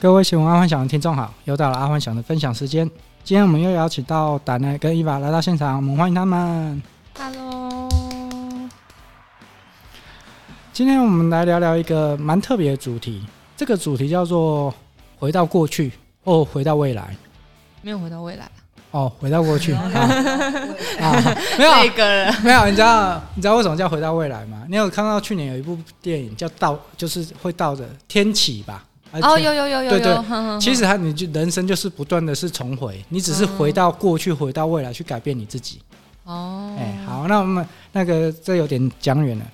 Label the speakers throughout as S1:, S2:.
S1: 各位喜欢阿幻想的听众好，又到了阿幻想的分享时间。今天我们又邀请到达奈跟伊娃来到现场，我们欢迎他们。
S2: Hello，
S1: 今天我们来聊聊一个蛮特别的主题，这个主题叫做“回到过去”或“回到未来
S2: 没有回 到未来，”。
S1: 哦，回到过去 啊
S3: 对
S1: 啊，没有啊
S2: 个人
S1: 没有，你知道你知道为什么叫回到未来吗？你有看到去年有一部电影叫倒，就是会倒着天启吧？还是
S2: 哦，
S1: 天
S2: 有有有有
S1: 对对
S2: 有，哼哼哼
S1: 其实他你就人生就是不断的是重回，你只是回到过去，回到未来去改变你自己。
S2: 哦，
S1: 哎、好，那我们那个这有点讲远了。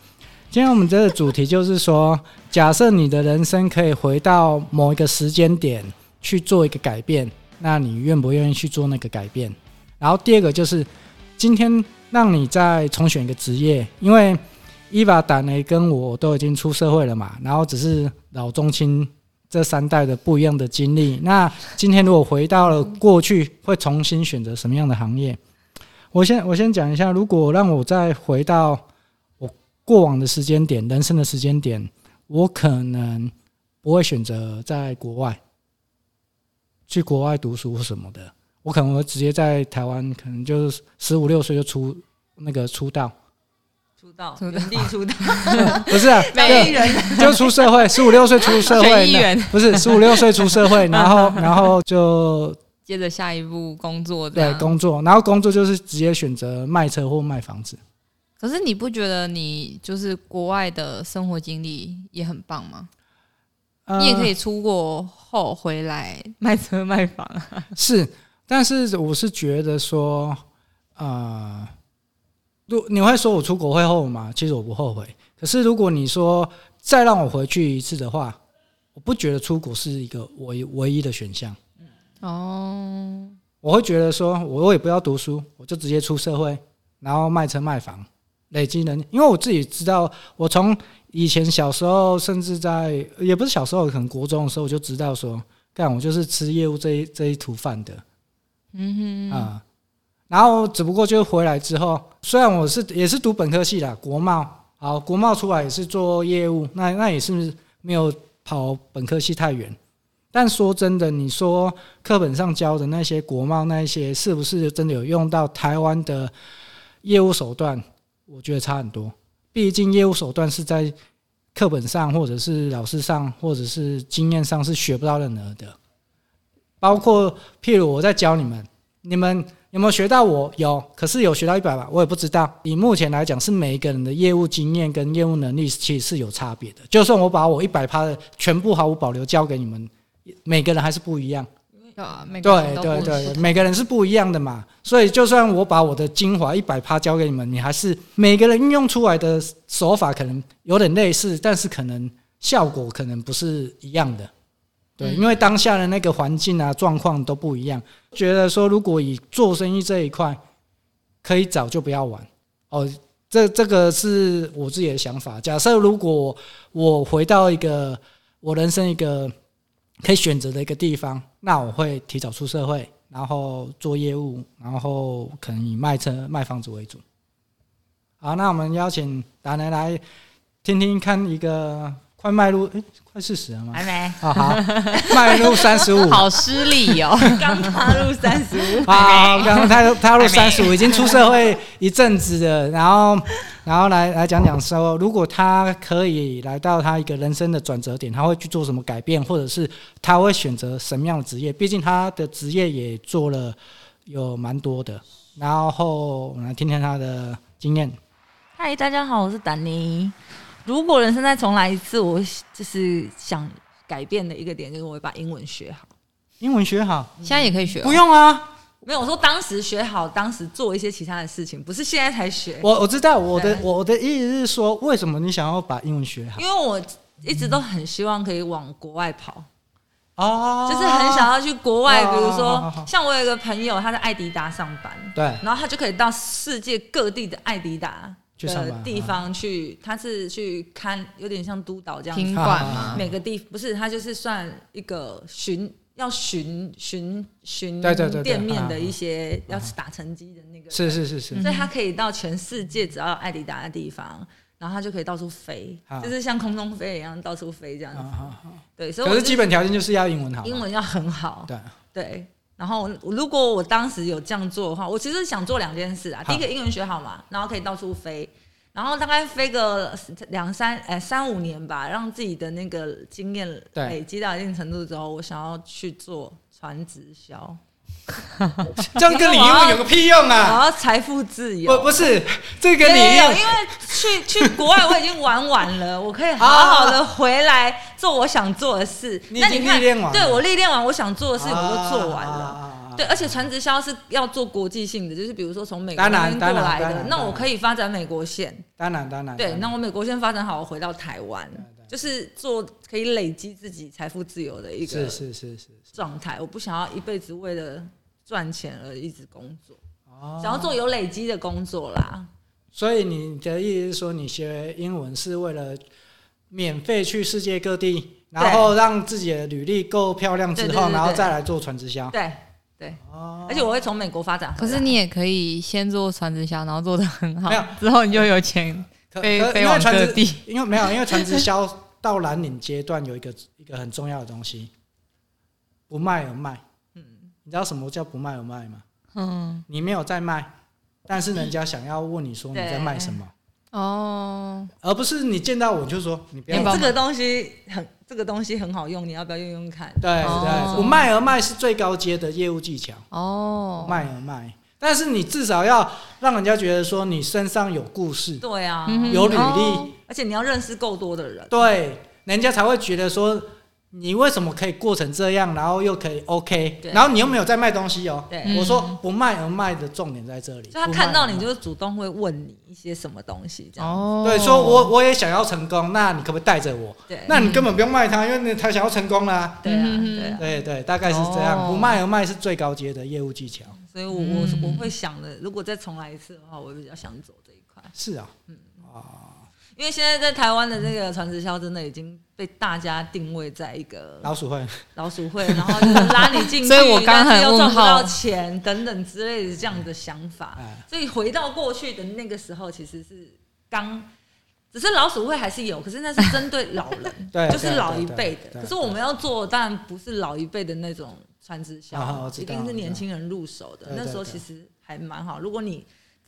S1: 今天我们这个主题就是说，假设你的人生可以回到某一个时间点去做一个改变，那你愿不愿意去做那个改变？然后第二个就是，今天让你再重选一个职业，因为伊娃、达雷跟我都已经出社会了嘛，然后只是老中青这三代的不一样的经历。那今天如果回到了过去，会重新选择什么样的行业？我先我先讲一下，如果让我再回到我过往的时间点、人生的时间点，我可能不会选择在国外去国外读书或什么的，我可能会直接在台湾，可能就是十五六岁就出那个出道，
S3: 出道，
S2: 出道
S3: 原地出 道，
S1: 不是、啊、
S3: 每一人
S1: 就就出社会，十五六岁出社
S2: 选
S1: 会
S2: 议，
S1: 那
S2: 员，
S1: 不是十五六岁出社会，然后然后就
S2: 接着下一步工作这
S1: 对
S2: 样。
S1: 工作，然后工作就是直接选择卖车或卖房子。
S2: 可是你不觉得你就是国外的生活经历也很棒吗？
S1: 呃
S2: 你也可以出国后回来卖车卖房啊。
S1: 是，但是我是觉得说，呃，如你会说我出国会后悔吗？其实我不后悔。可是如果你说再让我回去一次的话，我不觉得出国是一个唯唯一的选项。
S2: 哦，
S1: 我会觉得说，我我也不要读书，我就直接出社会，然后卖车卖房，累积能力。因为我自己知道，我从以前小时候，甚至在也不是小时候，可能国中的时候，我就知道说，干我就是吃业务这一这一途饭的。
S2: 嗯哼，
S1: 啊、然后只不过就回来之后，虽然我是也是读本科系啦，国贸，好，国贸出来也是做业务，那那也是没有跑本科系太远。但说真的，你说课本上教的那些国贸那一些，是不是真的有用到台湾的业务手段？我觉得差很多。毕竟业务手段是在课本上，或者是老师上，或者是经验上是学不到任何的。包括譬如我在教你们，你们有没有学到我？有，可是有学到一百吧，我也不知道。以目前来讲，是每一个人的业务经验跟业务能力其实是有差别的。就算我把我一百趴的全部毫无保留交给你们，每个人还是不一样。
S2: 对啊，每个
S1: 对
S2: 人都
S1: 对
S2: 不
S1: 对，
S2: 同
S1: 每个人是不一样的嘛。所以就算我把我的精华一百趴交给你们，你还是每个人运用出来的手法可能有点类似，但是可能效果可能不是一样的。对，
S2: 嗯
S1: 因为当下的那个环境啊、状况都不一样。觉得说，如果以做生意这一块，可以早就不要玩哦。这这个是我自己的想法。假设如果我回到一个我人生一个可以选择的一个地方，那我会提早出社会，然后做业务，然后可能以卖车、卖房子为主。好，那我们邀请达南来听听看一个快迈入，诶，快四十了吗？
S3: 还没，
S1: 啊、好，迈入三十五，
S2: 好失礼哦。
S3: 刚踏入三十 五，
S1: 好，啊刚刚踏入踏入三十五，已经出社会一阵子了，然后然后来来讲讲说，如果他可以来到他一个人生的转折点，他会去做什么改变，或者是他会选择什么样的职业？毕竟他的职业也做了有蛮多的，然后我们来听听他的经验。
S4: 嗨，大家好，我是丹妮。如果人生再重来一次，我就是想改变的一个点，就是我会把英文学好。
S1: 英文学好，
S2: 现在也可以学哦，
S1: 不用啊，
S4: 没有，我说当时学好，当时做一些其他的事情，不是现在才学。
S1: 我我知道我的我的意思是说，为什么你想要把英文学好
S4: 因？为我一直都很希望可以往国外跑，
S1: 哦
S4: 就是很想要去国外。
S1: 哦
S4: 比如
S1: 好好
S4: 说
S1: 好，
S4: 像我有一个朋友，他在艾迪达上班，
S1: 对
S4: 然后他就可以到世界各地的艾迪达
S1: 去上
S4: 的
S1: 班
S4: 地方去，他是去看，有点像督导这样子
S2: 听管
S1: 好好
S2: 嘛
S1: 好。
S4: 每个地不是，它就是算一个巡，要巡巡巡
S1: 对对对对
S4: 店面
S1: 啊
S4: 的一些
S1: 啊
S4: 要打成绩的那个，
S1: 是是是是，
S4: 所以他可以到全世界只要有艾迪达的地方，然后它就可以到处飞
S1: 啊，
S4: 就是像空中飞一样到处飞这样
S1: 好
S4: 子。
S1: 好好
S4: 对，所以
S1: 啊可
S4: 我
S1: 是
S4: 就
S1: 基本啊条件就是要英文好嘛，
S4: 英文要很好，
S1: 对，
S4: 对。然后我我如果我当时有这样做的话，我其实想做两件事啊。
S1: 好
S4: 第一个英文学好嘛，然后可以到处飞，然后大概飞个两三哎三五年吧，让自己的那个经验
S1: 对
S4: 累积到一定程度之后，我想要去做传直销，
S1: 这样跟你英文有个屁用
S4: 我
S1: 啊！
S4: 要财富自由。
S1: 不不是，这跟
S4: 对
S1: 你
S4: 对
S1: 英
S4: 对，因为去去国外我已经玩完了，我可以好好的回来做我想做的事。
S1: 你已
S4: 那
S1: 经
S4: 你看，
S1: 历练完了
S4: 对我历练完我想做的
S1: 啊
S4: 事情我都做完了。
S1: 了
S4: 对，而且传直销是要做国际性的，就是比如说从美国
S1: 当然
S4: 那边过来
S1: 当然当
S4: 的
S1: 然，
S4: 那
S1: 当
S4: 我
S1: 然
S4: 可以发展美国线，
S1: 当然当然，
S4: 对，
S1: 当然
S4: 那我美国线发展好，我回到台湾
S1: 对，对
S4: 就是做可以累积自己财富自由的一
S1: 是
S4: 个
S1: 是是是，是
S4: 状态。我不想要一辈子为了赚钱而一直工作，
S1: 哦
S4: 想要做有累积的工作啦。
S1: 所以你的意思是说，你学英文是为了免费去世界各地，然后让自己的履历够漂亮之
S4: 对对
S1: 后，
S4: 对
S1: 然后
S4: 对
S1: 再来做传直销。
S4: 对，
S1: 哦，
S4: 而且我会从美国发展回
S2: 可
S4: 来。
S2: 是你也可以先做传直销，然后做的很好
S1: 没有，
S2: 之后你就有钱
S1: 可
S2: 飞
S1: 可
S2: 飞
S1: 因为
S2: 往
S1: 传
S2: 各
S1: 直，
S2: 地。
S1: 因为没有，因为传直销到蓝领阶段有一个一个很重要的东西，不卖而卖。嗯，你知道什么叫不卖而卖吗？
S2: 嗯，
S1: 你没有在卖，但是人家想要问你说你在卖什么，
S2: 哦，
S1: 而不是你见到我就说你不要
S2: 面
S4: 哎
S2: 包
S1: 卖。
S4: 这个东西很，这个东西很好用，你要不要用用看？
S1: 对
S2: 哦
S1: 对，不卖而卖是最高阶的业务技巧。
S2: 哦，
S1: 卖而卖，但是你至少要让人家觉得说你身上有故事、
S4: 对啊，
S2: 嗯哼
S1: 有履历，
S2: 哦
S4: 而且你要认识够多的人。
S1: 对，人家才会觉得说你为什么可以过成这样，然后又可以 OK，
S4: 对
S1: 然后你又没有在卖东西哦。
S4: 对，
S2: 嗯
S1: 我说不卖而卖的重点在这里，
S4: 就他
S1: 不卖
S4: 看到
S1: 而
S4: 你
S1: 卖
S4: 就主动会问你一些什么东西，这样、
S2: 哦，
S1: 对，说我我也想要成功，那你可不可以带着我？
S4: 对，
S1: 那你根本不用卖他，因为他想要成功啦。
S4: 对啊
S2: 嗯哼
S4: 对啊，
S1: 对对，大概是这样，
S2: 哦
S1: 不卖而卖是最高阶的业务技巧。
S4: 所以我我
S2: 嗯
S4: 我会想的，如果再重来一次的话，我会比较想走这一块，
S1: 是啊，
S4: 因为现在在台湾的这个传直销真的已经被大家定位在一个
S1: 老鼠会。
S4: 老鼠会，然后就是拉你 进去，
S2: 所以我刚刚
S4: 但是
S2: 很
S4: 又
S2: 问
S4: 赚不
S2: 号嗯
S4: 到钱等等之类的这样的想法
S1: 哎，
S4: 所以回到过去的那个时候，其实是刚。只是老鼠会还是有，可是那是针对老人，
S1: 哎对啊
S4: 就是老一
S1: 对
S4: 辈
S1: 对
S4: 的。
S1: 对
S4: 可是我们要做，当然不是老一辈的那种传直
S1: 啊
S4: 销
S1: 我，知
S4: 一
S1: 道
S4: 定是年轻人入手的
S1: 对。对
S4: 那时候
S1: 对
S4: 其实还蛮好，如果你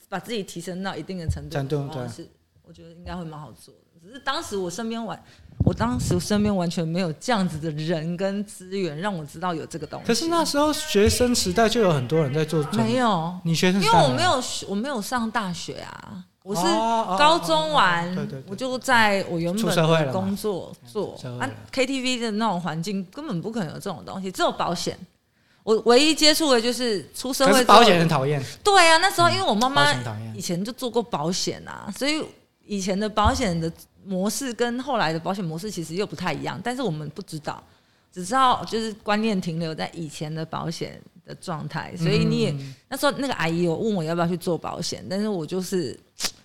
S4: 把自己提升到一定的程度
S1: 程度
S4: 的话
S1: 对
S4: 是我觉得应该会蛮好做的。只是当时我身边完，我当时身边完全没有这样子的人跟资源，让我知道有这个东西。
S1: 可是那时候学生时代就有很多人在做，
S4: 没有，
S1: 你学生
S4: 因
S1: 时
S4: 为
S1: 代
S4: 我没有学我没有上大学啊，我是
S1: 嗯哦哦
S4: 高中完，
S1: 哦哦对对对
S4: 我就在我原
S1: 出
S4: 本
S1: 社会了嘛
S4: 的工作做
S1: 出社会了
S4: 啊 KTV 的那种环境根本不可能有这种东西，只有保险。我唯一接触的就是出社
S1: 可
S4: 会
S1: 是
S4: 之后
S1: 保险很讨厌，嗯
S4: 对啊，那时候因为我妈
S1: 保
S4: 妈
S1: 险讨厌
S4: 以。前就做过保险啊，所以以前的保险的模式跟后来的保险模式其实又不太一样，但是我们不知道，只知道就是观念停留在以前的保险的状态，所以你也、
S1: 嗯
S4: 那时候那个阿姨有问我要不要去做保险，但是我就是。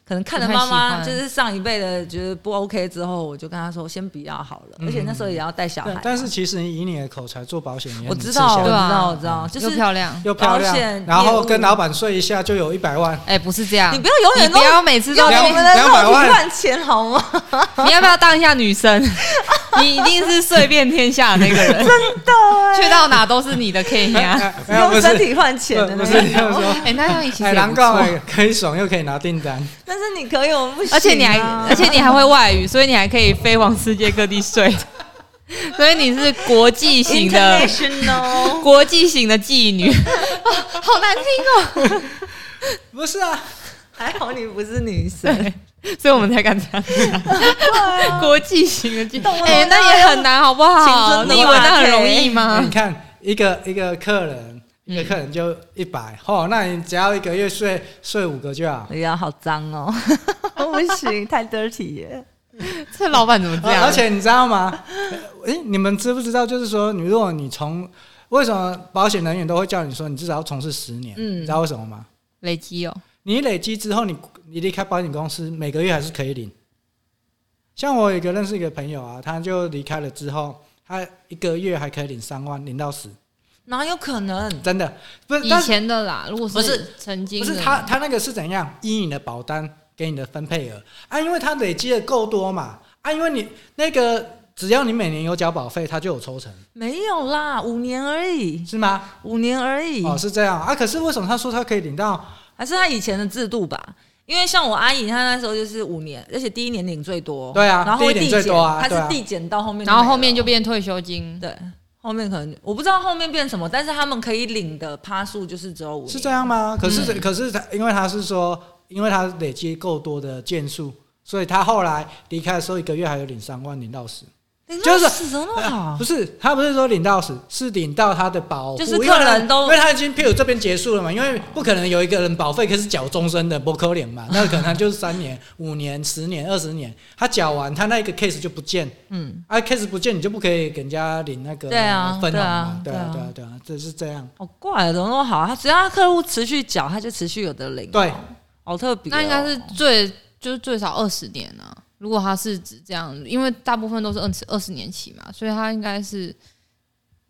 S4: 可能看了
S2: 不太
S4: 妈
S2: 喜
S4: 妈
S2: 欢
S4: 就是上一辈的觉得不 OK 之后，我就跟她说先不要好
S2: 嗯
S4: 了，而且那时候也要带小
S1: 嗯
S4: 孩
S1: 对
S4: 嘛，，
S1: 但是其实以你的口才做保险也很
S4: 我知道，我
S1: 吃
S4: 知
S1: 香
S2: 对啊
S4: 道，我知道，就
S2: 又
S4: 是
S2: 漂亮。
S1: 又漂
S4: 保
S1: 亮，
S4: 险
S1: 然后
S4: 业务
S1: 跟老板睡一下就有一百 万，
S2: 哎、不是这样，
S4: 你不要永远
S2: 你
S4: 都
S2: 不要每次都
S4: 用
S1: 两
S4: 我们的
S1: 两
S4: 肉
S1: 百
S4: 体
S1: 万
S4: 换钱好吗？
S2: 你要不要当一下女 生？你一定是睡遍天下的那个人，真的，去到哪都是你的 K 呀。
S1: 哎没有不
S4: 用
S1: 是
S4: 身体换钱的
S1: 不不
S4: 那
S1: 是
S4: 种。
S1: 这样 说，
S2: 哎、那样其实
S1: 哎，
S2: 也
S1: 难
S2: 不错
S1: 怪可以爽又可以拿订单，
S4: 但是你可以，我们不行啊、
S2: 而且你还，而且你还会外语，所以你还可以飞往世界各地 睡。所以你是国际型的
S4: international，
S2: 国际型的妓 女，哦好难听哦。
S1: 不是啊，
S4: 还好你不是女生。
S2: 对，所以我们才敢这样讲。国际型的妓
S4: 动
S2: 女，
S4: 不动
S2: 哎、那也很难，好不
S4: 青
S2: 好？
S4: 春的
S2: 你以为那很容易
S1: 哎
S2: 吗
S1: 你？看一个一个客人，一个
S2: 嗯
S1: 客人就一百，哦，那你只要一个月睡睡五个就好。
S4: 哎呀，好脏 哦！不行，太 dirty 耶。
S2: 这老板怎么这样？
S1: 而且你知道吗？哎、你们知不知道？就是说，你如果你从为什么保险人员都会叫你说你至少要从事十年？
S4: 嗯
S1: 你知道为什么吗？
S2: 累积哦，
S1: 你累积之后你，你离开保险公司，每个月还是可以领。像我有一个认识一个朋友啊，他就离开了之后，他一个月还可以领三万，领到死，
S4: 哪有可能？
S1: 真的不是
S2: 以
S1: 但是
S2: 前的啦，如果
S1: 不是
S2: 曾经
S1: 不
S2: 的
S1: 是他他那个是怎样？依你的保单给你的分配额啊，因为它累积的够多嘛啊，因为你那个只要你每年有缴保费，它就有抽成，
S4: 没有啦，五年而已，
S1: 是吗？
S4: 五年而已，
S1: 哦，是这样啊。可是为什么他说他可以领到？
S4: 还是他以前的制度吧？因为像我阿姨，她那时候就是五年，而且第一年领最多，
S1: 对啊
S4: 然后会
S1: 第一
S4: 递
S1: 年最
S4: 减，
S1: 多啊
S4: 她
S1: 对啊
S4: 是递减到后面，
S2: 然后后面就变退休金，
S1: 啊
S4: 对，后面可能我不知道后面变什么，但是他们可以领的趴数就是只有五年，
S1: 是这样吗？可是、可是他因为他是说，因为他累积够多的件数，所以他后来离开的时候一个月还有领三万，领到十。
S4: 领
S1: 就是
S4: 到死怎么那么好
S1: 不？是，他不是说领到十，是领到他的保护，
S4: 哦就是
S1: 因为他
S4: 客人都
S1: 因为他已经譬如这边结束了嘛，因为不可能有一个人保费可是缴终身的，不可能 嘛，那可能他就是三年、五年、十年、二十年，他缴完他那一个 case 就不见，
S4: 嗯，
S1: 啊 case 不见你就不可以给人家领那个
S4: 对啊
S1: 分红
S4: 对
S1: 嘛
S4: 啊，
S1: 对啊对
S4: 对
S1: 啊
S4: 啊
S1: 对啊，这是这样，
S4: 好怪，怎么那么好啊？他只要他客户持续缴，他就持续有的领，哦
S1: 对，
S4: 好特别哦、
S2: 那应该是最就是最少二十年啊。如果他是指这样，因为大部分都是二十二十年起嘛，所以他应该是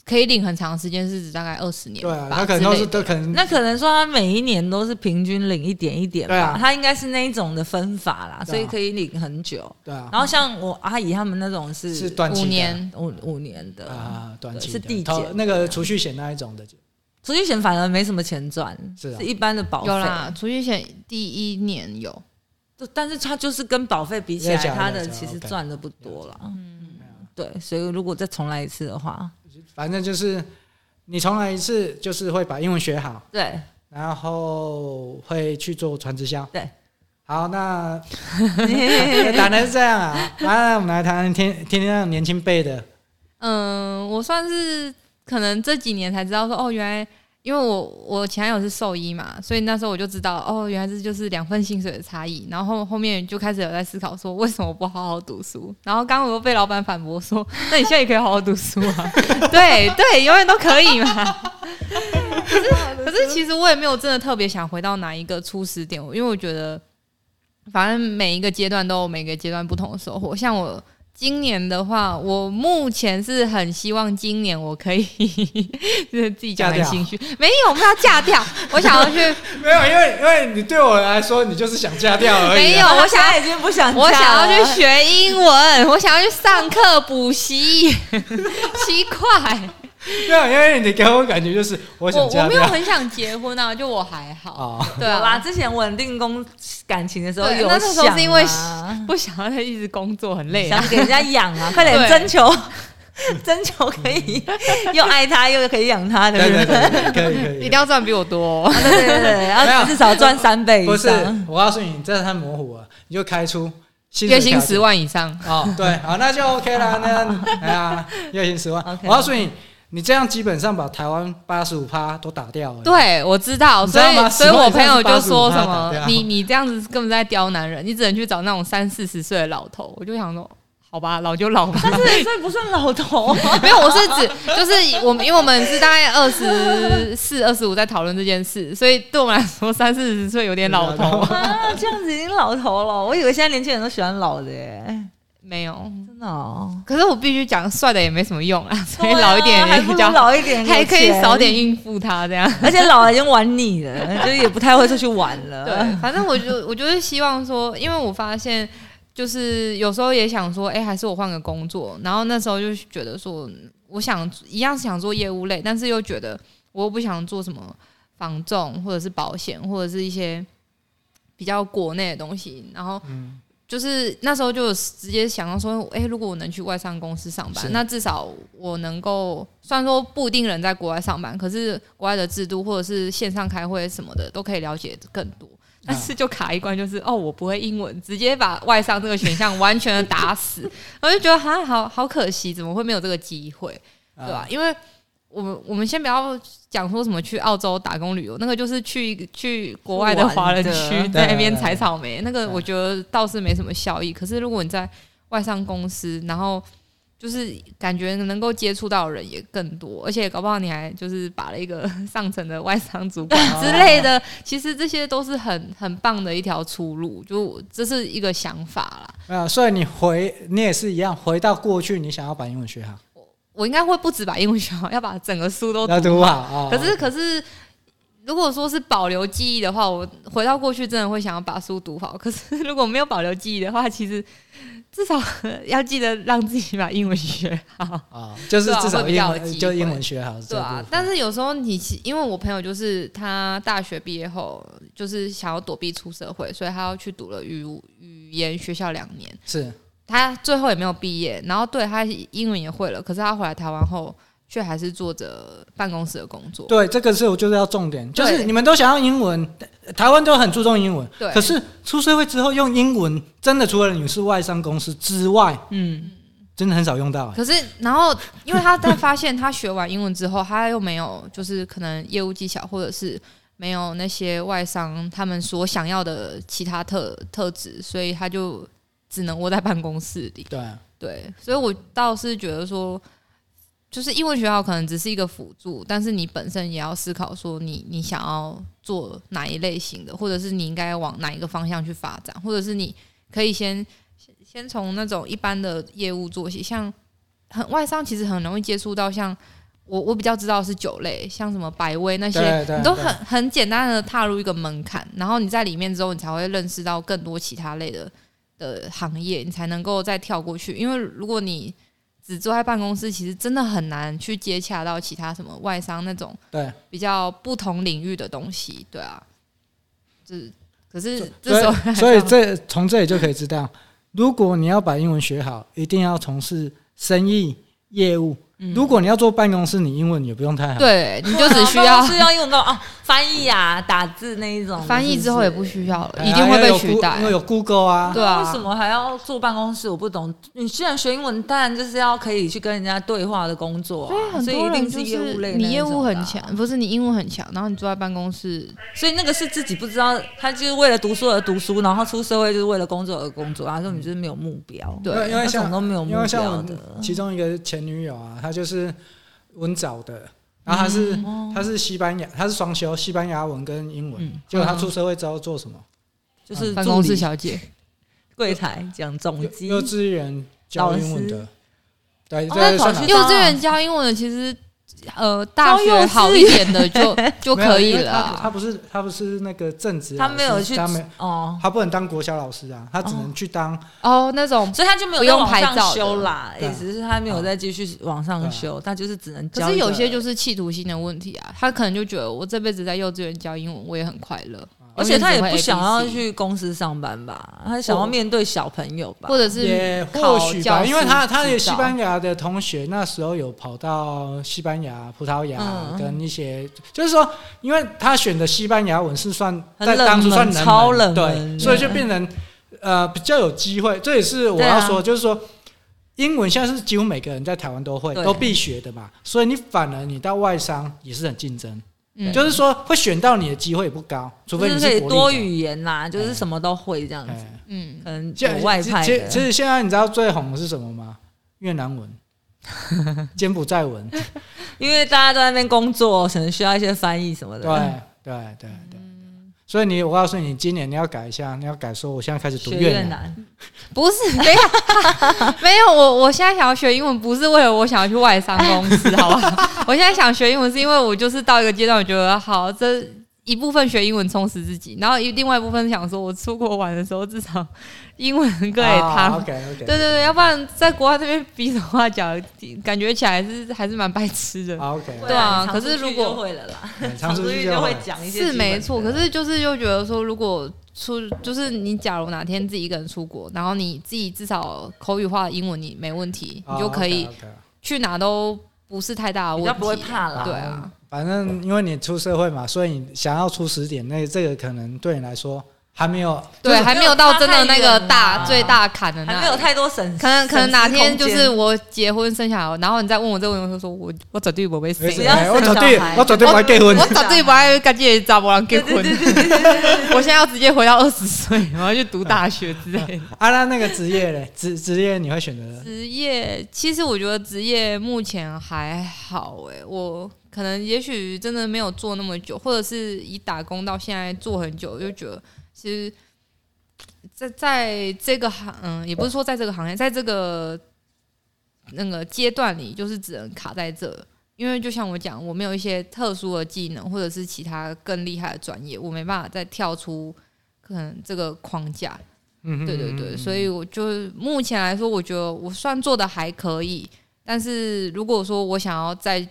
S2: 可以领很长时间，是指大概二十年
S1: 对啊，
S2: 吧
S1: 他可能都
S2: 之
S1: 是
S2: 类的
S1: 都可能
S4: 那可能说他每一年都是平均领一点一点吧，
S1: 对啊
S4: 他应该是那一种的分法
S1: 对
S4: 啦，
S1: 啊
S4: 所以可以领很久。
S1: 对啊，
S4: 然后像我阿姨他们那种是
S1: 是短期
S2: 五
S1: 的
S2: 年，
S4: 五五年的，
S1: 啊，短期
S4: 是
S1: 的
S4: 递
S1: 投
S4: 减
S1: 那个储蓄险那一种的，
S4: 储蓄险反而没什么钱赚，
S1: 是啊
S4: 一般的保
S2: 有啦
S4: 费。，
S2: 储蓄险第一年有，
S4: 就但是它就是跟保费比起来，
S1: 了解了
S4: 它的
S1: 解
S4: 其实
S1: OK
S4: 赚的不多啦。嗯，对，所以如果再重来一次 的话，
S1: 反正就是你重来一次，就是会把英文学好。
S4: 对
S1: 然后会去做传直销。
S4: 对，
S1: 好， 那谈的是这样啊，那我们来谈天天天让年轻辈的，
S2: 嗯，我算是可能这几年才知道说，哦，原来因为我我前男友是兽医嘛，所以那时候我就知道，哦，原来这就是两份薪水的差异。然后后面就开始有在思考说，为什么不好好读书？然后刚刚我又被老板反驳说，那你现在也可以好好读书啊， 对对，永远都可以嘛。可是可是其实我也没有真的特别想回到哪一个初始点，因为我觉得。反正每一个阶段都有每个阶段不同的收获。像我今年的话，我目前是很希望今年我可以 就是自己讲
S1: 嫁
S2: 很
S1: 掉
S2: 心虚，没有，我不要嫁掉，我想要去，
S1: 没有，因为因为你对我来说，你就是想嫁掉而已、啊
S2: 没有，我想
S4: 他已经不想嫁了，
S2: 我想要去学英文，我想要去上课补习， 奇怪，
S1: 没有，因为你给我感觉就是我
S2: 我
S1: 想
S2: 我
S1: 嫁
S2: 没有
S1: 掉。
S2: 很想结婚啊，就我还好，
S1: 哦，
S2: 对
S4: 有啦，
S2: 啊，
S4: 之前稳定工感情的时候
S2: 对
S4: 有、
S2: 那
S4: 啊，
S2: 那时候是因 为不想要再一直工作，很累啊
S4: 想。给人家养啊，快点
S2: 对
S4: 征求， 征求可 以又爱他又可以养他的
S1: 对对
S4: 人，
S1: 对，可以可
S2: 一
S1: 以
S2: 定。要赚比我多、哦，
S4: 啊对对对对，
S1: 没有
S4: 要至少赚三倍以
S1: 不是
S4: 上。，
S1: 我告诉你，这太模糊了，你就开出薪水
S2: 月薪
S1: 条件
S2: 十万以上。
S1: 哦，对，好，那就 OK 啦。那哎呀，月薪十万
S4: OK
S1: 我告诉你，你这样基本上把台湾八十五趴都打掉了。
S2: 对，我知道，
S1: 啊你
S2: 所
S1: 知道吗
S2: 以所以
S1: 10万
S2: 我朋友就说什
S1: 85%
S2: 么
S1: 对啊
S2: 你你这样子根本在刁难人，你只能去找那种三四十岁的老头。我就想说，好吧，老就老吧。
S4: 三 十岁不算老头，
S2: 没有，我是指就是我们，因为我们是大概二十四、二十五在讨论这件事，所以对我们来说三四十岁有点老头。
S4: 啊，这样子已经老头了。我以为现在年轻人都喜欢老的耶，
S2: 没有，
S4: 真的哦。
S2: 可是我必须讲，帅的也没什么用啊，所以 老一点
S4: 对啊
S2: 也
S4: 还不
S2: 比
S4: 如
S2: 较好，
S4: 老一点，
S2: 还可以
S4: 有钱
S2: 少点，应付他这样。
S4: 而且老了已经玩腻了，就是也不太会出去玩了。
S2: 对，反正我就我就是希望说，因为我发现就是有时候也想说，哎、还是我换个工作。然后那时候就觉得说，我想一样是想做业务类，但是又觉得我又不想做什么房仲或者是保险或者是一些比较国内的东西。然后
S1: 嗯，
S2: 就是那时候就有直接想到说，哎、如果我能去外商公司上
S1: 是
S2: 班，那至少我能够，虽然说不一定人在国外上班，可是国外的制度或者是线上开会什么的，都可以了解更多。但是就卡一关，就是哦，我不会英文，直接把外商这个选项完全的打死，然后就觉得哈，好好可惜，怎么会没有这个机会？对吧、
S1: 啊？
S2: 因为我们我们先不要讲说什么去澳洲打工旅游，那个就是去一个去国外的嗯华人
S4: 玩
S2: 区
S4: 的
S2: 在那边
S1: 对对
S2: 采草莓，那个
S1: 对
S2: 我觉得倒是没什么效益。可是如果你在外商公司，然后就是感觉能够接触到的人也更多，而且搞不好你还就是把了一个 上层的外商主管之类的，其实这些都是很很棒的一条出路，就我这是一个想法啦。
S1: 没有，所以你回你也是一样，回到过去，你想要把英文学好，
S2: 我应该会不止把英文学好，要把整个书都
S1: 要读好啊。哦
S2: 可是可是如果说是保留记忆的话，我回到过去真的会想要把书读好。可是 如果没有保留记忆的话，其实至少要记得让自己把英文学好。
S1: 啊，就是至
S2: 对啊
S1: 少
S2: 会比
S1: 英
S2: 较有
S1: 文
S2: 机
S1: 就
S2: 会
S1: 英文学好是
S2: 对
S1: 这部
S2: 啊
S1: 分，
S2: 但是有时候你其因为我朋友就是他大学毕业后就是想要躲避出社会，所以他要去读了语语言学校两年，
S1: 是
S2: 他最后也没有毕业，然后对他英文也会了，可是他回来台湾后却还是做着办公室的工作。
S1: 对这个是我就是要重点，就是
S2: 对
S1: 你们都想要英文，台湾都很注重英文，
S2: 对
S1: 可是出社会之后用英文，真的除了你是外商公司之外，
S4: 嗯，
S1: 真的很少用到、欸
S2: 可是，然后，因为他在发现他学完英文之后，他又没有就是可能业务技巧，或者是没有那些外商他们所想要的其他特特质，所以他就只能窝在办公室里。
S1: 对啊，
S2: 对，所以我倒是觉得说，就是英文学好可能只是一个辅助，但是你本身也要思考说你你想要做哪一类型的，或者是你应该往哪一个方向去发展，或者是你可以先先从那种一般的业务做起，像很外商其实很容易接触到像。我我比较知道是酒类，像什么百威那些，
S1: 对对
S2: 你都
S1: 对啊
S2: 很很简单的踏入一个门槛，然后你在里面之后，你才会认识到更多其他类的的行业，你才能够再跳过去。因为如果你只坐在办公室，其实真的很难去接洽到其他什么外商那种
S1: 对，
S2: 比较不同领域的东西，对啊。就是，可是
S1: 所
S2: 这时候
S1: 以所以这从这里就可以知道，如果你要把英文学好，一定要从事生意业务。如果你要做办公室，你英文也不用太好。
S2: 对，你就只需
S4: 办
S2: 要
S4: 公室要用到啊，翻译啊，打字那一种的，
S2: 翻译
S4: 是不
S2: 之后也
S4: 是
S2: 不需要
S1: 哎
S2: 了，
S1: 呀
S2: 一定会
S1: 因
S2: 被
S1: 为有
S2: 取
S1: Goo-
S2: 代
S1: 因为。有 Google 啊，
S2: 对啊
S4: 为什么还要坐办公室？我不懂。你虽然学英文，当然就是要可以去跟人家对话的工作、啊，
S2: 很
S4: 所以
S2: 多
S4: 一
S2: 人
S4: 定
S2: 就是
S4: 业务类、
S2: 是你业务很，强，不是你英文很强，然后你坐在办公室，
S4: 所以那个是自己不知道，他就是为了读书而读书，然后出社会就是为了工作而工作，然后你就是没有目标，
S2: 对
S1: 因为因为
S4: 那种
S1: 像
S4: 都没有目
S1: 因为像
S4: 标
S1: 我
S4: 的。
S1: 其中一个前女友啊，她就是文藻的，然后她是、她是西班牙，她是双修西班牙文跟英文，
S4: 嗯
S1: 结果她出社会之后做什么？
S4: 就是
S2: 办公
S4: 助
S2: 室
S4: 理
S2: 小姐。
S4: 柜台讲总机，
S1: 幼幼稚园教英文的，对，
S4: 哦
S1: 这是
S4: 那老
S1: 算
S4: 师
S1: 哪
S4: 就
S2: 幼稚园教英文的其实，呃，大
S4: 教幼
S2: 学
S4: 稚
S2: 好一点的 就就
S1: 没有
S2: 可以
S1: 因为
S2: 了
S1: 她她
S2: 啊。
S1: 不是她不是那个正职老
S4: 他
S1: 师，
S4: 没有去
S1: 她啊没
S4: 哦，
S1: 她不能当国小老师啊，她只能去当
S2: 哦，那种
S4: 所以他就没有
S2: 不用
S4: 再往
S2: 拍
S4: 上
S2: 照的
S4: 修啦，
S1: 对啊
S4: 意思是他没有再继续往
S1: 对啊
S4: 上修，他就是只能
S2: 可
S4: 教一
S2: 是
S4: 个。
S2: 有些就是企图心的问题啊，他可能就觉得我这辈子在幼稚园教英文，我也很快乐，
S4: 而且他也
S2: 永远
S4: 不
S2: 只会
S4: 想要
S2: ABC，
S4: 去公司上班吧，他想要面对小朋友吧
S2: 或。者是
S1: 也或
S2: 考
S1: 许
S2: 教
S1: 吧，
S2: 师
S1: 因为他他的
S2: 执
S1: 西
S2: 照
S1: 班牙的同学那时候有跑到西班牙、葡萄牙
S4: 嗯
S1: 跟一些，就是说，因为他选的西班牙文是算
S4: 很
S1: 在
S4: 冷
S1: 当初算
S4: 门
S1: 冷
S4: 超
S1: 门
S4: 冷
S1: 对，
S4: 门
S1: 所以就
S4: 对
S1: 变成呃比较有机会。这也是我
S4: 对
S1: 要
S4: 啊
S1: 说，就是说。英文现在是几乎每个人在台湾都会，
S4: 对
S1: 都必学的嘛，所以你反而你到外商也是很竞争，
S2: 嗯
S1: 就是说会选到你的机会也不高，除非
S4: 就
S1: 你
S4: 是可以
S1: 国立
S4: 多
S1: 的。
S4: 语言啦，就是什么都会这样子，
S1: 哎
S2: 嗯，
S4: 可能
S1: 现
S4: 有外
S1: 其
S4: 派
S1: 其其
S4: 的。
S1: 实现在你知道最红的是什么吗？越南 文、柬埔寨文，对
S4: 因为大家都在那边工作，可能需要一些翻译什么的。
S1: 对啊对对对。
S2: 嗯
S1: 所以你，我告诉你，今年你要改一下，你要改说，我现在开始读
S4: 学越
S2: 啊
S1: 南。
S4: 南，
S2: 不是， 等一下，没有我，我现在想要学英文，不是为了我想要去外商公司，好不好？我现在想学英文，是因为我就是到一个阶段，我觉得好，这一部分学英文充实自己，然后一另外一部分想说，我出国玩的时候，至少英文可以
S1: 啊
S2: 他。
S1: OK OK。
S2: 对对对，要不然在国外这边比手画脚，感觉起来是还是蛮白痴的。
S1: 好哦 OK，
S2: 对啊
S4: 常
S2: 可是
S4: 出
S2: 如
S4: 去
S2: 果
S4: 就会了啦，
S1: 对常
S4: 常
S1: 出
S4: 出
S1: 去
S4: 去
S1: 就
S4: 就
S1: 会
S4: 会。讲一些
S2: 是
S4: 基本
S2: 没
S4: 的
S2: 错，可是就是又觉得说，如果出就是你，假如哪天自己一个人出国，然后你自己至少口语化英文你没问题，你就可以
S1: 哦，OK，OK
S2: 去哪都不是太大的
S4: 比
S2: 问
S4: 较
S2: 题，
S4: 不会怕啦。
S2: 对啊，
S1: 反正因为你出社会嘛，所以你想要出十点，那这个可能对你来说还没有。
S2: 对，还没有到真的那个
S4: 没有差太远
S2: 大
S4: 啊
S2: 最大坎的
S4: 还
S2: 那
S4: 没有
S2: 里。
S4: 太多省，
S2: 可能可能哪天就
S4: 省
S2: 是
S4: 时空间
S2: 我结婚生小孩，然后你再问我这个问题，我就说我我绝对不会生
S1: 没，事
S4: 要
S1: 哎我
S4: 生
S1: 绝对
S4: 小孩嗯
S1: 我绝对不会结婚
S2: 我。绝对不爱跟这个查甫人结婚。我现在要直接回到二十岁，然后去读大学之类的。
S1: 啊，那那个职业嘞，职职业你会选择？
S2: 职业，其实我觉得职业目前还好诶、我可能也许真的没有做那么久，或者是以打工到现在做很久，就觉得其实在在这个行，嗯，也不是说在这个行业，在这个那个阶段里，就是只能卡在这。因为就像我讲，我没有一些特殊的技能，或者是其他更厉害的专业，我没办法再跳出可能这个框架。
S1: 嗯哼
S2: 对对对，
S1: 嗯
S2: 所以我就目前来说，我觉得我算做的还可以，但是如果说我想要再